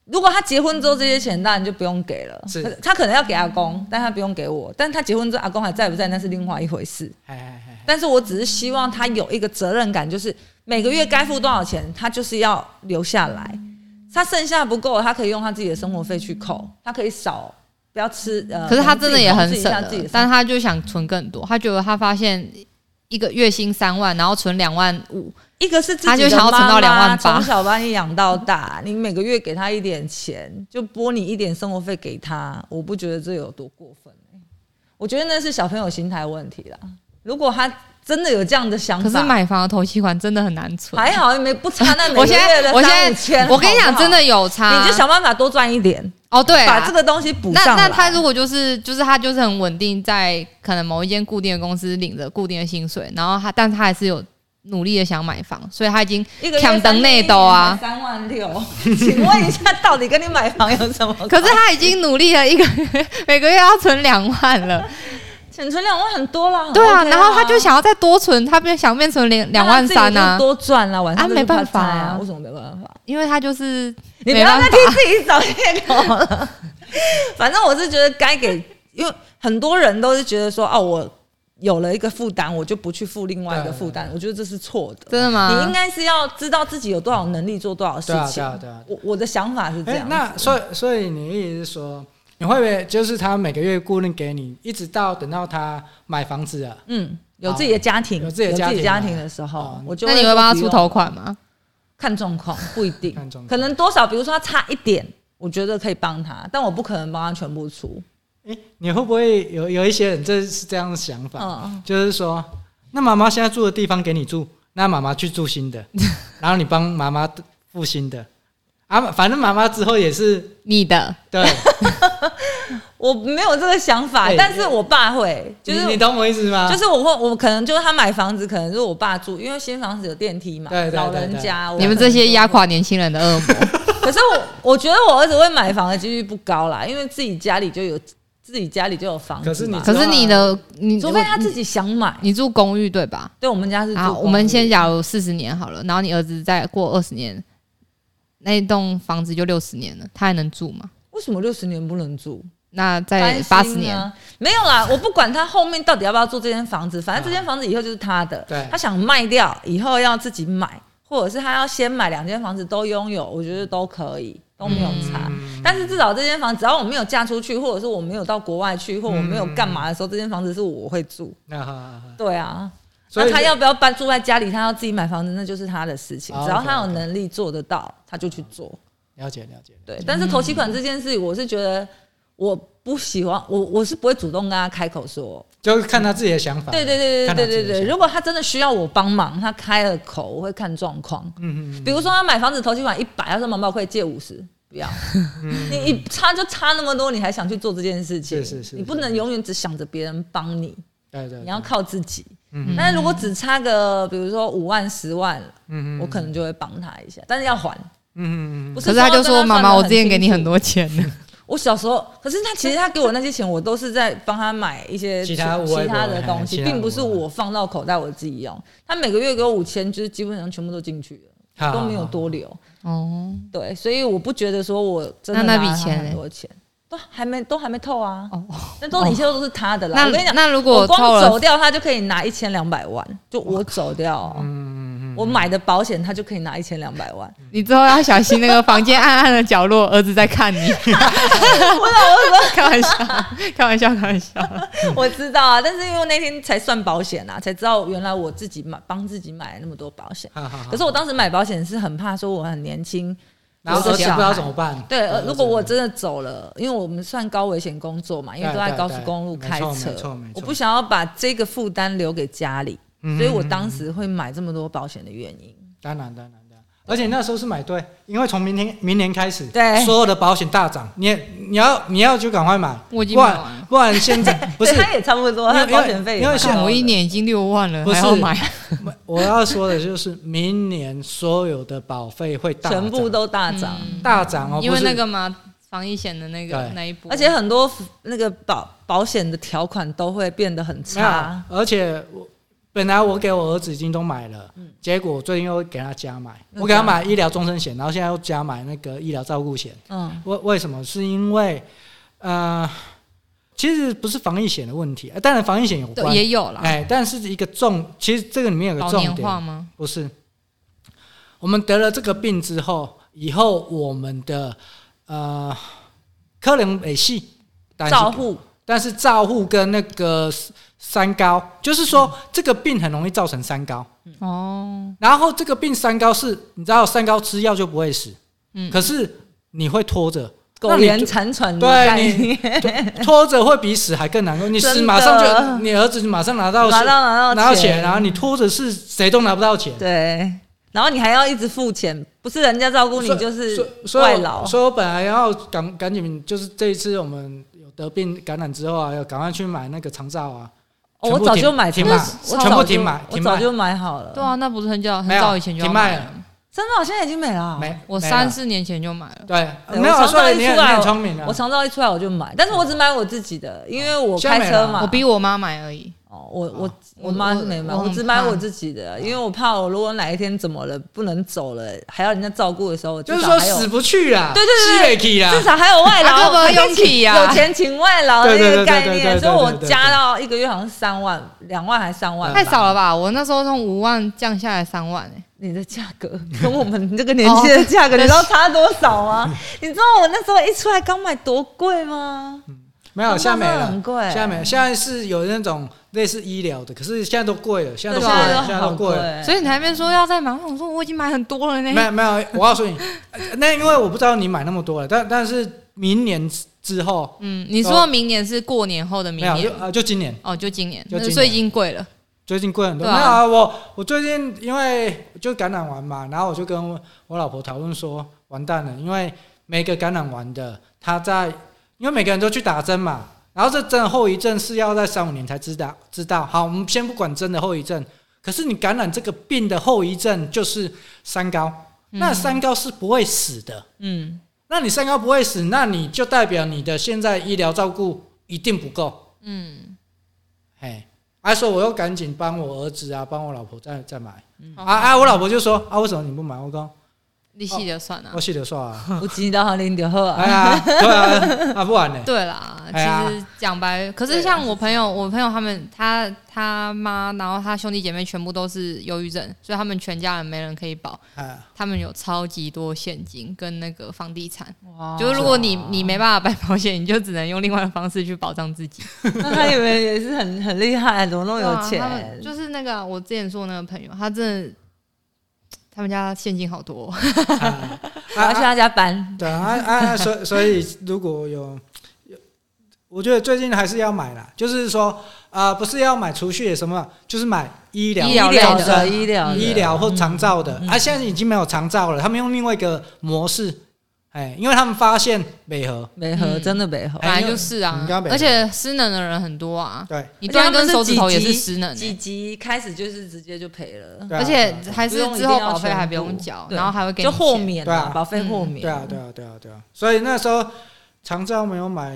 S4: 如果他结婚之后这些钱，当然就不用给了。
S1: 是
S4: 可他可能要给阿公，但他不用给我。但他结婚之后，阿公还在不在，那是另外一回事。
S1: 哎哎哎
S4: 但是我只是希望他有一个责任感，就是每个月该付多少钱，他就是要留下来。他剩下不够，他可以用他自己的生活费去扣，他可以少不要吃。呃，
S2: 可是他真的也很
S4: 自己
S2: 省
S4: 控制一下
S2: 了
S4: 自己的，生
S2: 但
S4: 活
S2: 他就想存更多，他觉得他发现一个月薪三万，然后存两万五，
S4: 一个是自己的
S2: 他就想要存到
S4: 妈妈
S2: 28,000
S4: 从小把你养到大，你每个月给他一点钱，就拨你一点生活费给他，我不觉得这有多过分、欸、我觉得那是小朋友心态问题啦。如果他真的有这样的想法，
S2: 可是买房的头期款真的很难存。
S4: 还好，没不差那每
S2: 我
S4: 个
S2: 现
S4: 月
S2: 在
S4: 的
S2: 我
S4: 三五
S2: 现在
S4: 千。
S2: 我跟你讲，
S4: 好不好
S2: 真的有差，
S4: 你就想办法多赚一点，
S2: 哦对啦，
S4: 把这个东西补
S2: 那
S4: 上
S2: 那
S4: 来。
S2: 他如果就是就是他就是很稳定在可能某一间固定的公司领着固定的薪水，然后他但他还是有努力的想买房，所以他已经
S4: 一个月
S2: 抢等内斗啊
S4: 三万六， 请问一下，到底跟你买房有什么关？
S2: 可是他已经努力了一个月， 每个月要存两万
S4: 嗯
S2: 了，
S4: 钱存两万很多啦，很
S2: 对啊，
S4: OK
S2: 然后他就想要再多存，他变想变成两两万三
S4: 那自己
S2: 啊
S4: 就，多赚啦，晚上
S2: 啊
S4: 就去
S2: 没办法
S4: part-time
S2: 啊
S4: 啊，为什么没办法？
S2: 因为他就是
S4: 你不
S2: 没
S4: 要
S2: 办
S4: 再
S2: 法
S4: 替自己找借口了。反正我是觉得该给，因为很多人都是觉得说，哦，我有了一个负担，我就不去负另外一个负担，我觉得这是错的。
S2: 真的吗？
S4: 你应该是要知道自己有多少能力做多少事
S1: 对啊
S4: 情。
S1: 对啊对啊
S4: 我我的想法是这
S1: 哎、
S4: 样。
S1: 那所以所以你意思是说，你会不会就是他每个月固定给你，一直到等到他买房子啊了，
S4: 嗯，有自己的家庭，
S1: 有自己的家庭啊
S4: 庭的时候
S1: 哦，
S4: 我就
S2: 那你会
S4: 说
S2: 帮他
S4: 不
S2: 出
S4: 用
S2: 头款吗？
S4: 看状 况，不一定
S1: 看状，况
S4: 可能多少，比如说他差一点，我觉得可以帮他，但我不可能帮他全部出。
S1: 哎、你会不会有有一些人这是这样的想法，
S4: 嗯，
S1: 就是说，那妈妈现在住的地方给你住，那妈妈去住新 的，然后你帮妈妈付新的，啊，反正妈妈之后也是
S2: 你的
S1: 对，
S4: 我没有这个想法，
S1: 哎
S4: 但是我爸会， 就是
S1: 你你懂我意思吗？
S4: 就是我会，我可能就是他买房子，可能是我爸住，因为新房子有电梯嘛，
S1: 对对对
S4: 老人家，我
S2: 你们
S4: 可能
S2: 这些
S4: 就
S2: 压垮年轻人的恶魔，
S4: 可是我我觉得我儿子会买房的几率不高啦，因为自己家里就有自己家里就有房子嘛，
S1: 可是你
S2: 可是你的你
S4: 除非他自己想买，
S2: 你住公寓对吧？
S4: 对我们家是住
S2: 啊，
S4: 公寓
S2: 我们先假如四十年好了，然后你儿子再过二十年，那一栋房子就六十年了，他还能住吗？
S4: 为什么六十年不能住？
S2: 那
S1: 哎
S2: 再
S4: 担心啊
S2: 八十年，
S4: 没有啦，我不管他后面到底要不要做这间房子，反正这间房子以后就是他的，
S1: 嗯对
S4: 他想卖掉以后要自己买，或者是他要先买两间房子都拥有，我觉得都可以。都没有差。
S1: 嗯
S4: 但是至少这间房，只要我没有嫁出去，或者是我没有到国外去，或我没有干嘛的时候，这间房子是我会住。
S1: 那哈哈哈
S4: 对啊，
S1: 所
S4: 那
S1: 以
S4: 他要不要搬住在家里，他要自己买房子，那就是他的事情。
S1: 哦
S4: 只要他有
S1: OK，OK
S4: 能力做得到，他就去做。
S1: 了解了解，
S4: 对，但是投期款这件事，我是觉得我不喜欢，我我是不会主动跟他开口说。
S1: 就是看他自己的想法。
S4: 对对对对
S1: 嗯看他
S4: 对
S1: 自己
S4: 对
S1: 的
S4: 对，
S1: 想法
S4: 如果他真的需要我帮忙，他开了口，我会看状况。
S1: 嗯嗯
S4: 比如说他买房子投期款一百，他说妈妈我可以借五十，不要，你一差就差那么多，你还想去做这件事情？
S1: 是是是
S4: 你不能永远只想着别人帮你，
S1: 对对，
S4: 你要靠自己。
S1: 嗯
S4: 但是如果只差个比如说五万十万，
S1: 嗯
S4: 我可能就会帮他一下，但是要还。
S1: 嗯嗯嗯
S4: 不
S2: 可是他就
S4: 说
S2: 说：“
S4: 跟他
S2: 妈
S4: 算
S2: 妈，
S4: 得
S2: 我之前给你
S4: 清楚
S2: 很多钱呢。
S4: 我小时候，可是他其实他给我那些钱，我都是在帮他买一些
S1: 其他无
S4: 其
S1: 微
S4: 他
S1: 不
S4: 的
S1: 微
S4: 东
S1: 其
S4: 西，
S1: 他
S4: 并不是
S1: 无微
S4: 我放到口袋我自己用。他每个月给我五千，就是基本上全部都进去
S1: 好
S4: 了，都没有多留。”
S2: 哦
S4: 对，所以我不觉得说我真的
S2: 那那
S4: 拿了
S2: 笔
S4: 他
S2: 钱
S4: 很
S2: 欸
S4: 多钱，都还没都还没透啊，
S2: 哦，
S4: 那都一切都是他的啦。
S2: 那
S4: 我跟你讲，
S2: 那如果
S4: 我
S2: 透
S4: 光
S2: 了
S4: 走，掉他就可以拿一千两百万，就我走掉哦、
S1: 嗯嗯
S4: 我买的保险他就可以拿一千两百万。
S2: 你之后要小心那个房间暗暗的角落，儿子在看 你。开玩笑，开玩笑，开玩 笑。
S4: 我知道啊，但是因为那天才算保险啊，才知道原来我自己买帮自己买了那么多保险。
S1: 嗯，好
S4: 可是我当时买保险是很怕说我很年轻，
S1: 然后
S4: 有
S1: 儿
S4: 个
S1: 子
S4: 小
S1: 不知道
S4: 孩
S1: 怎么办。
S4: 对，呃
S1: 儿子
S4: 如果我真的走了，因为我们算高危险工作嘛，因为都在高速公路
S1: 对对
S4: 开
S1: 对没
S4: 车
S1: 错没错没错，
S4: 我不想要把这个负担留给家里，
S1: 嗯
S4: 所以我当时会买这么多保险的原因。
S1: 当然当然当然，而且那时候是买对，因为从明天明年开始，
S4: 对
S1: 所有的保险大涨，你也你要你要就赶快买，
S2: 我已经
S1: 不
S2: 买完
S1: 然不然 现在不是
S4: 对他也差不多，
S1: 因为
S4: 他保险费也
S1: 因为
S4: 蛮
S1: 像
S4: 高的
S2: 我一年已经六万了，
S1: 不是
S2: 还要买？
S1: 我要说的就是明年所有的保费会大涨
S4: 全部都大涨，
S1: 大涨哦，
S2: 嗯因为
S1: 不是
S2: 那个嘛，防疫险的那个
S1: 对
S2: 那一波，
S4: 而且很多那个保保险的条款都会变得很
S1: 没有
S4: 差。
S1: 而且我本来我给我儿子已经都买了，结果我最近又给他加买，
S4: 那
S1: 我给他
S4: 嗯加
S1: 买医疗终身险，然后现在又加买那个医疗照顾险。
S4: 嗯，
S1: 为为什么？是因为呃，其实不是防疫险的问题，呃当然防疫险有
S2: 对
S1: 关，
S2: 也有啦，
S1: 哎，但是一个重，其实这个里面有个
S2: 老
S1: 重
S2: 年化
S1: 点，
S2: 吗？
S1: 不是我们得了这个病之后，以后我们的呃，可能美系
S4: 照护
S1: 但是照护跟那个三高，就是说、
S2: 嗯
S1: 这个病很容易造成三高，
S2: 哦，
S1: 然后这个病三高是你知道三高吃药就不会死，
S2: 嗯
S1: 可是你会拖着，
S4: 苟
S1: 那你
S4: 延
S1: 就
S4: 残喘的概
S1: 对你
S4: 念，
S1: 就拖着会比死还更难过，你死
S4: 真的
S1: 马上就你儿子马上拿到
S4: 拿到拿
S1: 拿到
S4: 到
S1: 钱，啊
S4: 钱
S1: 然后你拖着是谁都拿不到钱，
S4: 对，然后你还要一直付钱，不是人家照顾你
S1: 所以
S4: 就是
S1: 所以所以
S4: 外
S1: 我
S4: 劳。
S1: 所以我本来要赶赶紧就是这一次我们有得病感染之后啊，要赶快去买那个长照啊，
S4: 哦
S1: 全
S4: 我
S1: 部
S4: 早
S1: 停
S4: 就买
S1: 停
S4: 了
S1: 卖
S4: 我
S1: 全
S4: 早
S1: 部
S4: 就
S1: 停买
S4: 我
S1: 停
S4: 早
S1: 卖
S4: 就买好了。
S2: 对，啊，那不是很久很
S1: 没有
S2: 早以前就要
S1: 停卖
S2: 买
S1: 了
S2: 了，
S4: 真的，我现在已经没了啊。
S1: 没
S2: 我
S1: 没
S2: 三
S1: 了
S2: 四年前就买了。
S1: 对，
S4: 对
S1: 没
S4: 我
S1: 有，
S4: 常
S1: 所
S4: 常
S1: 以
S4: 一
S1: 你
S4: 出
S1: 很你
S4: 来
S1: 很
S4: 我
S1: 聪明啊哦
S4: 我。长照一出来我就买，但是我只买我自己的，因为我开
S1: 啊
S4: 车嘛。
S2: 我逼我妈买而已，
S4: 哦，我我
S2: 我
S4: 我妈是没买，
S2: 我我
S4: 我
S2: 很
S4: 只买
S2: 怕
S4: 我自己的，因为我怕我如果哪一天怎么了不能走了，还要人家照顾的时候，
S1: 就是
S4: 至
S1: 说
S4: 少还有
S1: 死不去啦，
S4: 对对对
S1: 去啦，
S4: 至少还有外劳，
S2: 啊
S4: 还可
S2: 要不要
S4: 以请
S2: 用起啊
S4: 有钱请外劳的
S1: 对对
S4: 那
S1: 对
S4: 个概
S1: 对对对
S4: 念，
S1: 对
S4: 所以我
S1: 对对
S4: 加到一个月好像三万、两万还三万吧，
S2: 太少了吧？我那时候从五万降下来三万、欸，
S4: 你的价格跟我们这个年纪的价格，
S2: 哦
S4: 你知道差多少
S1: 哦
S4: 吗？你知道我那时候一出来刚买多贵吗？
S1: 没有，现在没
S4: 真的
S1: 了，
S4: 很贵
S1: 现在没了，现在是有那种类似医疗的，可是现在都贵了，现在都
S4: 对啊
S1: 贵
S4: 现
S1: 了，
S4: 在
S1: 现
S4: 都
S1: 在都
S4: 好
S1: 贵
S4: 贵
S1: 了。，
S2: 所以你还没说要再买，我想说我已经买很多了呢、
S1: 没有没有，我告诉你， 呃那因为我不知道你买那么多了，但但是明年之后
S2: 嗯，你说明年是过年后的
S1: 没
S2: 明
S1: 有
S2: 年
S1: 就，呃就今年
S2: 哦，就今年，
S1: 就今年
S2: 所以已经贵了。
S1: 最近贵很多。
S2: 对
S1: 没
S2: 啊
S1: 有啊，我我最近因为就感染完嘛，然后我就跟我老婆讨论说，完蛋了，因为每个感染完的他在，因为每个人都去打针嘛，然后这针的后遗症是要在三五年才知道知道。好，我们先不管针的后遗症，可是你感染这个病的后遗症就是三高，
S2: 嗯
S1: 那三高是不会死的。
S4: 嗯，
S1: 那你三高不会死，那你就代表你的现在医疗照顾一定不够。
S2: 嗯，
S1: 哎，啊，所以我又赶紧帮我儿子啊，帮我老婆再再买。
S2: 好
S1: 啊啊，我老婆就说啊，为什么你不买？我讲
S2: 利息就算了、
S1: 我记得说 啊，
S4: 有钱到好领就好啊。
S1: 哎呀，对啊，啊不然 呢？
S2: 对啦，
S1: 哎呀
S2: 其实讲白，可是
S4: 对啊
S2: 像我朋友，我朋友他们，他他妈，然后他兄弟姐妹全部都是忧郁症，所以他们全家人没人可以保，
S1: 啊，
S2: 他们有超级多现金跟那个房地产。
S1: 哦
S4: 哇
S2: 哎就是如果你你没办法办保险，你就只能用另外的方式去保障自己。
S4: 那他以为也是很很厉害，怎么那么有
S2: 对啊他们
S4: 钱？
S2: 就是那个我之前说的那个朋友，他真的。他们家现金好多、哦，
S1: 啊
S4: 我要去他家搬，
S1: 对啊啊，啊所以所以如果有，有我觉得最近还是要买啦，就是说啊、不是要买储蓄的什么，就是买医疗
S2: 医疗类的
S4: 的医疗的嗯
S1: 医疗或长照的、啊，现在已经没有长照了，他们用另外一个模式，哎，因为他们发现美和
S4: 北河
S2: 嗯
S4: 真的北河
S2: 本来就是
S1: 哎
S2: 啊
S1: 你刚刚，没
S2: 而且失能的人很多啊，
S1: 对
S2: 你断一根手指头也是失能、
S4: 几
S2: 欸，
S4: 集开始就是直接就赔了，
S1: 对啊
S2: 而且还是之后保费还不
S4: 不
S2: 用
S4: 用一定要
S2: 缴
S4: 全，部
S2: 然后还会给你
S4: 就豁
S2: 钱
S4: 免
S1: 对啊
S4: 啊，保费豁免。
S1: 对啊对啊对啊对啊，所以那时候长照没有买，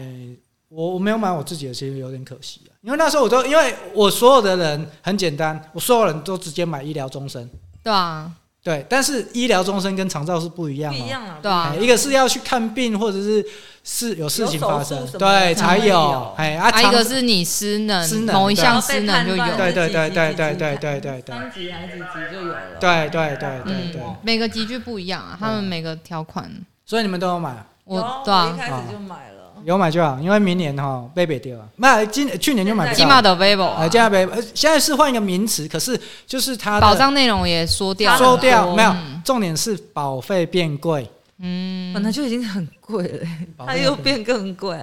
S1: 我我没有买我自己的，其实有点可惜啊，因为那时候我都因为我所有的人很简单，我所有人都直接买医疗终身。
S2: 对啊，
S1: 对，但是医疗终身跟长照是不一样
S4: 不
S1: 哦。
S4: 一样啊，
S2: 对啊
S1: 哎，一个是要去看病，或者是是有事情发生
S4: 有手，术什么的
S1: 对，才
S4: 才会
S1: 有
S4: 有。
S1: 哎，啊，
S2: 啊，一
S1: 长
S2: 个是你失能
S1: 失，能
S2: 某一
S1: 对
S4: 啊
S2: 项失能就有，
S1: 对对对对对对对对对
S4: 三集还是几集就有了。
S1: 对对对对
S2: 嗯
S1: 对，
S2: 每个集聚不一样啊，他们每个条款，
S1: 所以你们都有买，
S2: 我
S4: 有
S2: 对
S4: 一
S2: 啊，嗯
S4: 开始就买了，
S1: 有买就好，因为明年哈被北掉了，那今去年就买不
S2: 起
S1: 到
S2: 码
S1: 了。
S2: 的 vivo 啊
S1: 哎，，这样呗，呃现在是换一个名词，可是就是它的
S2: 保障内容也缩掉了，
S1: 收掉没有
S2: 嗯，
S1: 重点是保费变贵，
S4: 本来就已经很贵了，
S1: 保
S4: 它
S1: 费
S4: 又变更贵，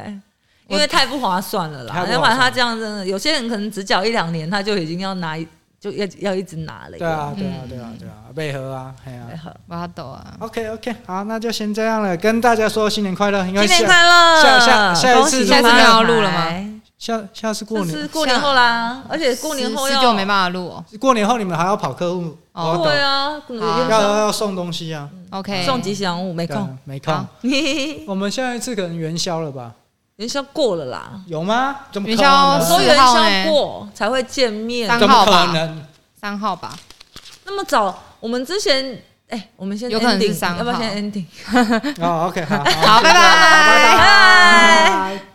S4: 因为太不划算了
S1: 太不划
S4: 啦。
S1: 算
S4: 要不然他这样真的，有些人可能只缴一两年，他就已经要拿一，就要要一直拿了。
S1: 对啊对啊对啊对啊，配合啊，哎呀
S4: 哎，。好
S2: 把它抖啊，
S1: OK OK，好，那就先这样了，跟大家说新年快乐，因为
S4: 新
S1: 下
S4: 年快乐！
S1: 下下下一次
S4: 恭喜
S1: 下次
S2: 没有要录了吗
S4: 发财？
S1: 下下次过
S4: 这
S1: 年
S4: 哎是过年后啦，而且过年后
S2: 十
S4: 要
S2: 十九没办法录哦
S1: 过年后你们还要跑客户
S2: 哦
S1: 活动
S4: 对啊，
S2: 好哎
S1: 要要要送东西啊，
S2: ，OK，
S4: 送吉祥物没
S1: 对啊
S4: 空，，
S1: 没空
S2: 好。
S1: 我们下一次可能元宵了吧？
S4: 元宵过了啦，
S1: 有吗？怎么可
S2: 元宵
S1: 能
S4: 说
S2: 四
S4: 元
S2: 号欸呢
S4: 宵过才会见面，
S2: 三
S1: 怎
S2: 号
S1: 么
S2: 吧
S1: 可能？
S2: 三号吧，
S4: 那么早？我们之前哎，我们先
S2: 有可能是
S4: ending，
S2: 三号
S1: 哦
S4: 要不要先 ending？
S1: 哦，OK，好，好
S2: 好，拜拜。
S4: 拜拜。
S1: 拜。